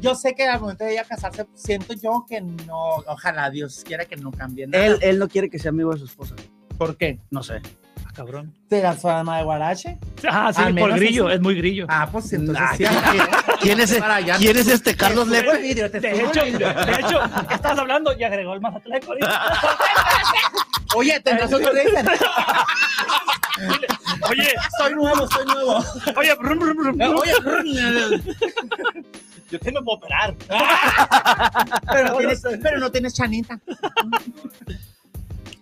yo sé que al momento de ella casarse, siento yo que no, ojalá Dios quiera que no cambie nada.
Él, él no quiere que sea amigo de su esposa.
¿Por qué?
No sé.
cabrón.
¿Te lanzó a alma de Guarache?
Ah, sí,
Al
por
menos
grillo,
así.
es muy grillo.
Ah, pues entonces
Nah,
sí.
¿Quién es, e-
Para allá.
¿quién es este Carlos
Te
Lepe?
subo el vidrio, te
De
subo el
hecho,
vidrio.
de hecho, estás hablando y agregó el Mazatlán. ahorita.
Oye, tendrás otro dicen. "Ah,
Oye,
Soy nuevo, soy nuevo.
oye, brum, brum, brum, brum.
Oye,
Yo tengo que operar.
pero, no tienes, pero no tienes chanita.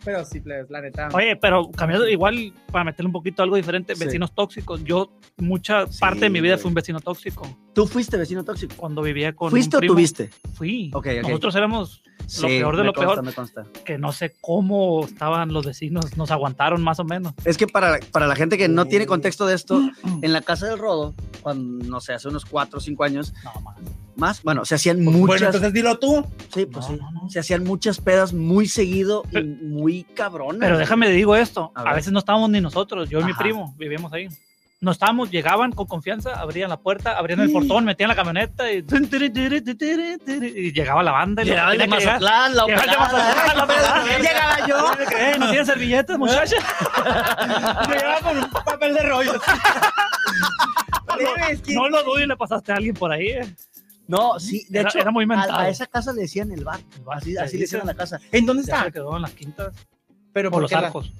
Pero sí,
pues,
plebes, la neta.
Oye, pero cambiando, igual para meterle un poquito algo diferente,
Sí.
vecinos tóxicos. Yo, mucha
Sí,
parte de mi vida
güey.
fui un vecino tóxico.
¿Tú fuiste vecino tóxico?
Cuando vivía con.
¿Fuiste
un
o
primo,
tuviste?
Fui.
Ok, ok.
Nosotros éramos peor de
me
lo
consta,
peor.
me consta.
que no sé cómo estaban los vecinos, nos aguantaron más o menos.
Es que para, para la gente que no
Sí.
tiene contexto de esto, en la casa del Rodo, cuando, no sé, hace unos 4 o 5 años
No, más.
más, bueno, se hacían
Bueno,
muchas,
entonces dilo tú.
sí, pues
No,
sí,
no, no.
se hacían muchas pedas muy seguido y
Pero-
muy cabronas.
Pero déjame digo esto,
A
a,
ver.
veces no estábamos ni nosotros, yo y mi
Ajá.
primo vivíamos ahí. No estábamos, llegaban con confianza, abrían la puerta, abrían el portón, metían la camioneta y, tun, tiri, tiri, tiri, tiri, y llegaba la banda y
Llegaba el de
tenía que llegar.
Mazatlán, la
Llegaba el de
operada.
Mazatlán, la pelada.
Ah, Llegaba yo.
Tiene que, "Ey, ¿No tienes servilletas, muchacha?
Llegaba con un papel de rollo. Plebes, ¿quién-
No lo dudes, le pasaste a alguien por ahí. eh.
No, sí, de
Era-
hecho,
era muy
a-
mentado.
a, esa casa le decían el bar, así,
Se
así le
dice,
decían a la casa.
¿En dónde
Ya se
está?
quedó en las quintas
Pero
por
por
los
qué la-
arcos.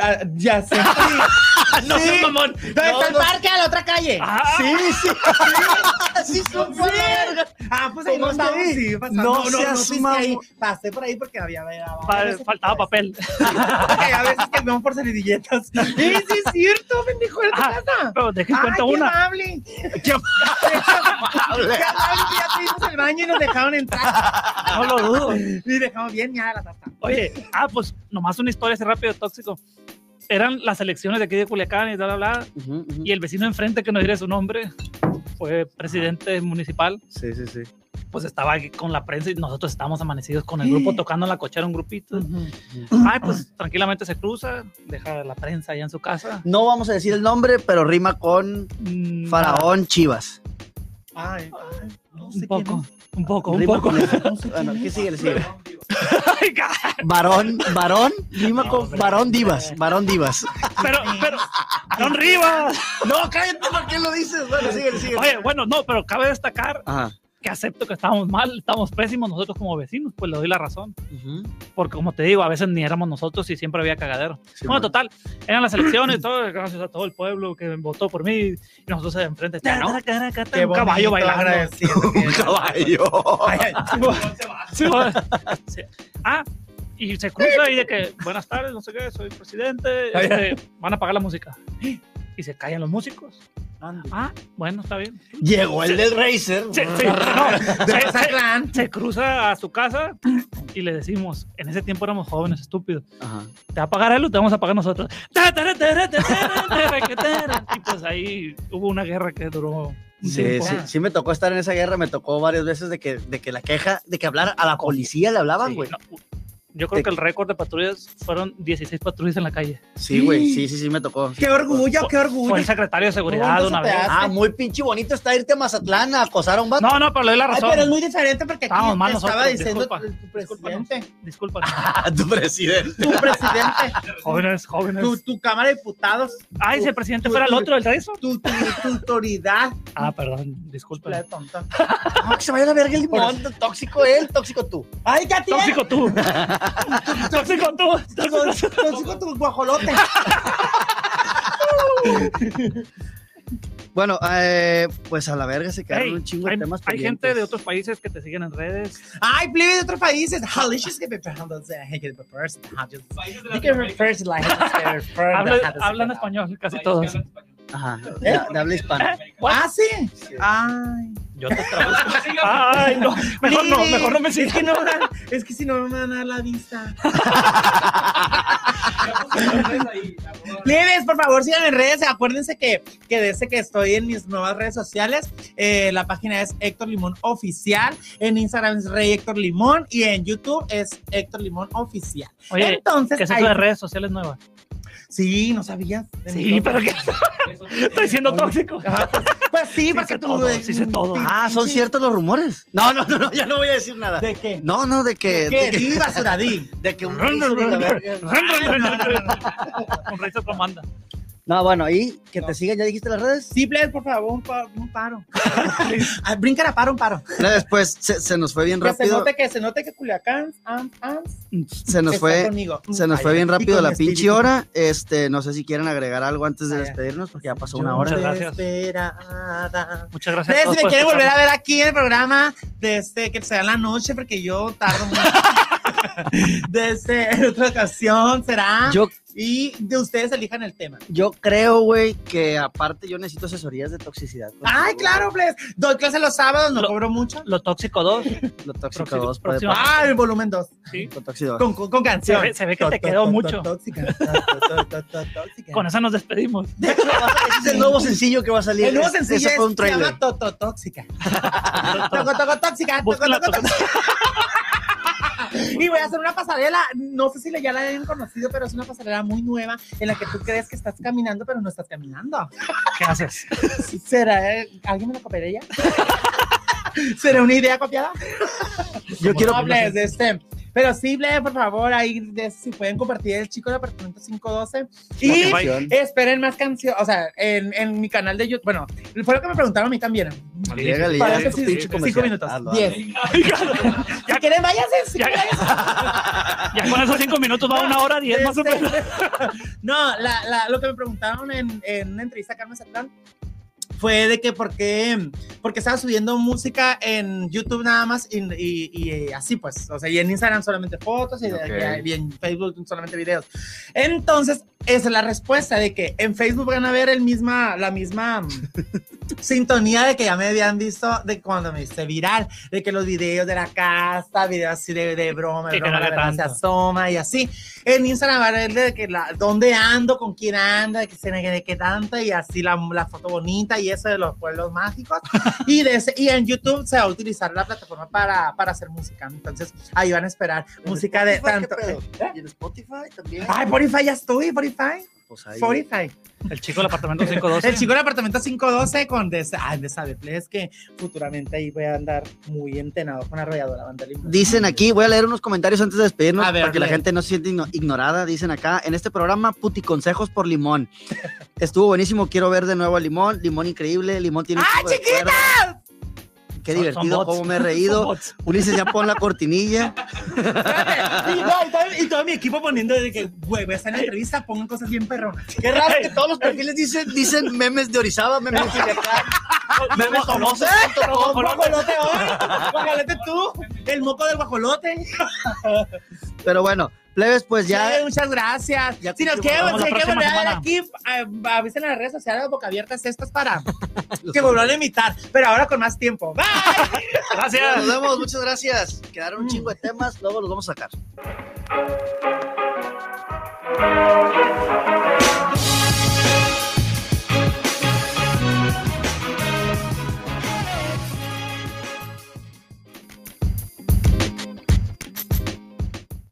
Ah, ya sé.
Ah,
No
Sí.
seas mamón.
¿Dónde
No,
está el
no.
parque? A la otra calle.
Ah,
Sí, sí. Así son
Ah, pues ahí
¿Cómo
no
está
estábamos.
ahí?
Sí, pasamos.
No seas
fuiste
mamón.
ahí. Pasé por ahí porque había... había-
pa-
había-
faltaba papel.
Ay, a veces cambiamos por servilletas. ¡Sí, sí es cierto! ¡Bendijo de tu
Ah,
casa!
Pero dejen
¡Ay,
cuenta
qué
una.
amable!
Qué
¡Qué amable que ya tuvimos al baño y nos dejaron entrar!
No lo dudo.
Y dejamos bien ya la taza.
Oye, ah, pues nomás una historia así rápido, tóxico. Eran las elecciones de aquí de Culiacán y bla, bla, bla. Y el vecino enfrente, que no diré su nombre, fue presidente municipal.
Sí, sí, sí.
Pues estaba aquí con la prensa y nosotros estábamos amanecidos con el grupo tocando en la cochera, un grupito. Ay, pues tranquilamente se cruza, deja la prensa allá en su casa.
No vamos a decir el nombre, pero rima con
Mm,
Faraón Chivas.
Ay, ay, no sé
Un poco, un poco, un
Rima
poco.
con eso.
quién es. No sé
Bueno,
quién
¿qué
es.
sigue? Le sigue.
Ay, ca-
Varón, varón, rima
No,
con
hombre.
varón divas, varón divas.
pero, pero, Aaron Rivas.
No, cállate, ¿por qué lo dices? Bueno, sigue, sigue.
Oye, bueno, no, pero cabe destacar
Ajá.
que acepto que estábamos mal, estábamos pésimos nosotros como vecinos, pues le doy la razón. porque como te digo, a veces ni éramos nosotros y siempre había cagadero.
Sí,
bueno,
man.
total, eran las elecciones, todo, gracias a todo el pueblo que votó por mí y nosotros de enfrente,
Ya, ¿no?
tara, cara, cara,
Qué
un caballo
bonito,
bailando.
agradecido.
Un caballo.
Ay, ay,
Sí, sí. ah, y se cruza ahí de que, buenas tardes, no sé qué, soy presidente, este, van a pagar la música. Y se callan los músicos.
ande.
Ah, bueno, está bien.
Llegó el del Racer.
Sí, sí, no, se- se-
Mazatlán.
se cruza a su casa y le decimos, en ese tiempo éramos jóvenes, estúpidos.
Ajá.
te va a pagar él o te vamos a pagar nosotros. Ta, tara, tara, tara, tara, que tara. Y pues ahí hubo una guerra que duró. un
Sí,
tiempo.
sí, sí me tocó estar en esa guerra, me tocó varias veces de que, de que la queja, de que hablar a la policía le hablaban,
Sí,
güey.
Ah, no, yo creo que el récord de patrullas fueron 16 patrullas en la calle.
Sí, güey, sí, sí, sí me tocó.
¡Qué
pues,
orgullo, qué
Fue
orgullo!
el secretario de seguridad
¿Cuántos
una vez.
pedazos?
Ah, muy pinche bonito está irte a Mazatlán a acosar a un vato.
No, no, pero le doy la
Ay, pero es
razón.
muy diferente porque aquí
Estábamos mal
te estaba
nosotros,
diciendo
disculpa,
tu- tu presidente.
Disculpa.
A tu presidente.
Tu presidente.
Jóvenes,
tu,
jóvenes.
tu Cámara de Diputados,
Ay, si el presidente fuera el otro, el Tyson.
tu, tu, tu autoridad.
Ah, perdón, disculpa.
tonta.
No, que se vaya a la verga el limón. Tóxico él, tóxico tú.
Ay, ya tiene.
Tóxico tú. Tóxico tú.
Tóxico, tóxico tu guajolote.
Bueno, eh, pues a la verga se quedaron
Ey,
un chingo de
hay,
temas
hay
pendientes.
gente de otros países que te siguen en redes.
Ay, plebe de otros países. Halicious que me preguntan, I hate it, but first, I just-
Países
You
de
can
Latinoamérica,
refer to like, I just refer to
Hablan,
how to say
hablan
that.
español casi
países que
todos.
hablan español.
Ajá, de, de habla
eh,
hispana.
Ah, sí. Ay.
Yo te Ay, no. Mejor no,
Plebe,
mejor no me
Es que
sigan.
no, van- es que si no me van a dar la vista.
Ya pusimos redes ahí, arroba-
Plebes, por favor, sigan en redes. Acuérdense que, que desde que estoy en mis nuevas redes sociales, eh, la página es Héctor Limón Oficial. En Instagram es Rey Héctor Limón y en YouTube es Héctor Limón Oficial.
Oye,
Entonces,
¿qué es
ahí-
eso de redes sociales nuevas?
Sí, no sabías. de mi
Sí,
tóxico.
pero que estoy siendo
Oye.
tóxico.
Ah, pues, pues sí, para
sé
que tú.
todo, sí sé todo.
Ah, son ciertos los rumores. No, no, no, no, ya no voy a decir nada.
¿De qué?
No, no, de que.
¿Qué?
De que,
Sí, basuradí.
de que un.
Con Rachel comanda.
No, bueno, ahí que
No.
te sigan, ya dijiste las redes.
Sí, Blair, por favor, un, pa- un paro. Ah, Brinca, paro, un paro.
Ya después se, se nos fue bien
Que se
rápido.
note que se note que Culiacán, am, am,
Se nos
está
fue.
conmigo.
Se nos
Ay,
fue bien
y
rápido
con
la
mi
pinche
espíritu.
hora. Este, no sé si quieren agregar algo antes de
Ah, ya.
despedirnos, porque ya pasó
Yo
una hora.
Muchas gracias.
desesperada.
Muchas gracias. a
Ustedes
todos
si me
por
quieren volver
escucharnos.
a ver aquí en el programa, desde que sea en la noche, porque yo tardo mucho. desde en otra ocasión será.
Yo,
Y de ustedes elijan el tema.
yo creo, güey, que aparte yo necesito asesorías de toxicidad.
Ay, claro, Bles. Doy clase los sábados, no
Lo-
cobro mucho.
Lo tóxico 2.
Lo tóxico
Próximo-
2 puede
próximo.
pasar.
Ah, el volumen 2.
Lo tóxico dos.
Con, con, con canción.
Se ve- se ve que te
To- to-
quedó
to-
mucho.
Tóxica. to- to- to- tóxica.
Con eso nos despedimos.
Ese es el nuevo sencillo que va a salir.
El nuevo
Ese-
sencillo
Ese
es,
fue un
se
trailer.
llama Toto Tóxica. Toco, toco, tóxica. Toco,
Búscala,
toco, tóxica. Y voy a hacer una pasarela, no sé si le- ya la hayan conocido, pero es una pasarela muy nueva en la que tú crees que estás caminando, pero no estás caminando.
¿Qué haces?
¿Será? eh, ¿Alguien me la copiaría? ¿Será una idea copiada?
Yo quiero.
No, Bles, de este. Pero sí, Ble, por favor, ahí de- si pueden compartir el chico del apartamento 512. Y
Spotify.
esperen más canciones, o sea, en, en mi canal de YouTube. Bueno, fue lo que me preguntaron a mí también.
Llegale,
Para
ya,
eso
tu
sí,
pinche
cinco
comercial. Ah,
minutos.
Hazlo,
Diez.
hazlo.
Si quieren, váyanse. Si
Ya.
quieren, váyanse.
Ya con esos cinco minutos va una hora diez más o
Este,
menos.
No, la, la- lo que me preguntaron en, en una entrevista a Carmen Satrán fue de que por qué porque estaba subiendo música en YouTube nada más y, y- y, eh, así pues, o sea, y en Instagram solamente fotos y, de-
Ok.
y en Facebook solamente videos. Entonces, esa es la respuesta de que en Facebook van a ver el misma, la misma mm, sintonía de que ya me habían visto de cuando me hice viral, de que los videos de la casa, videos así de, de broma, de
Que no
broma,
era
la verdad se
tanto.
asoma y así. En Instagram va a ver de que la, dónde ando, con quién ando, de qué, se- de qué tanto y así la, la foto bonita y eso de los pueblos mágicos. Y, de ese- y en YouTube se va a utilizar la plataforma para, para hacer música. Entonces, ahí van a esperar música de
Spotify,
tanto.
¿qué pedo?
¿Eh?
¿Y en Spotify también?
Ay, Spotify, ya estoy, Spotify.
Pues ahí.
Spotify.
El chico del apartamento 512.
Este. El chico del apartamento 512 con de, ay, de Sabe Play, es que futuramente ahí voy a andar muy entenado con arrolladora banda Limón.
Dicen aquí, voy a leer unos comentarios antes de despedirnos
A ver,
para que la
lee.
gente no se siente igno- ignorada. Dicen acá, en este programa, puti consejos por Limón. Estuvo buenísimo, quiero ver de nuevo a Limón. Limón increíble, Limón tiene. un
¡Ah,
chingo de
chiquita!
cuerda. Qué
Son- son
divertido,
bots.
cómo me he
Son
reído.
bots.
Ulises, ya pon la cortinilla.
Espérate, Y, no, y todo, y todo mi equipo poniendo de que, güey, voy a hacer la entrevista, pongan cosas bien perronas.
Qué raro que todos los perfiles dicen, dicen memes de Orizaba, memes de Culiacán, memes famosos.
Un guajolote hoy, guajolote tú, el moco del guajolote.
Pero bueno, plebes, pues
Sí,
ya.
muchas gracias.
Ya
si nos
cumplimos.
quieren,
Nos vemos
si
la
quieren volver a ver aquí,
próxima
eh, avisen en las redes sociales de boca abiertas estas para que volvieron a imitar, pero ahora con más tiempo. ¡Bye!
Nos vemos, muchas gracias. Quedaron un chingo de temas, luego los vamos a sacar.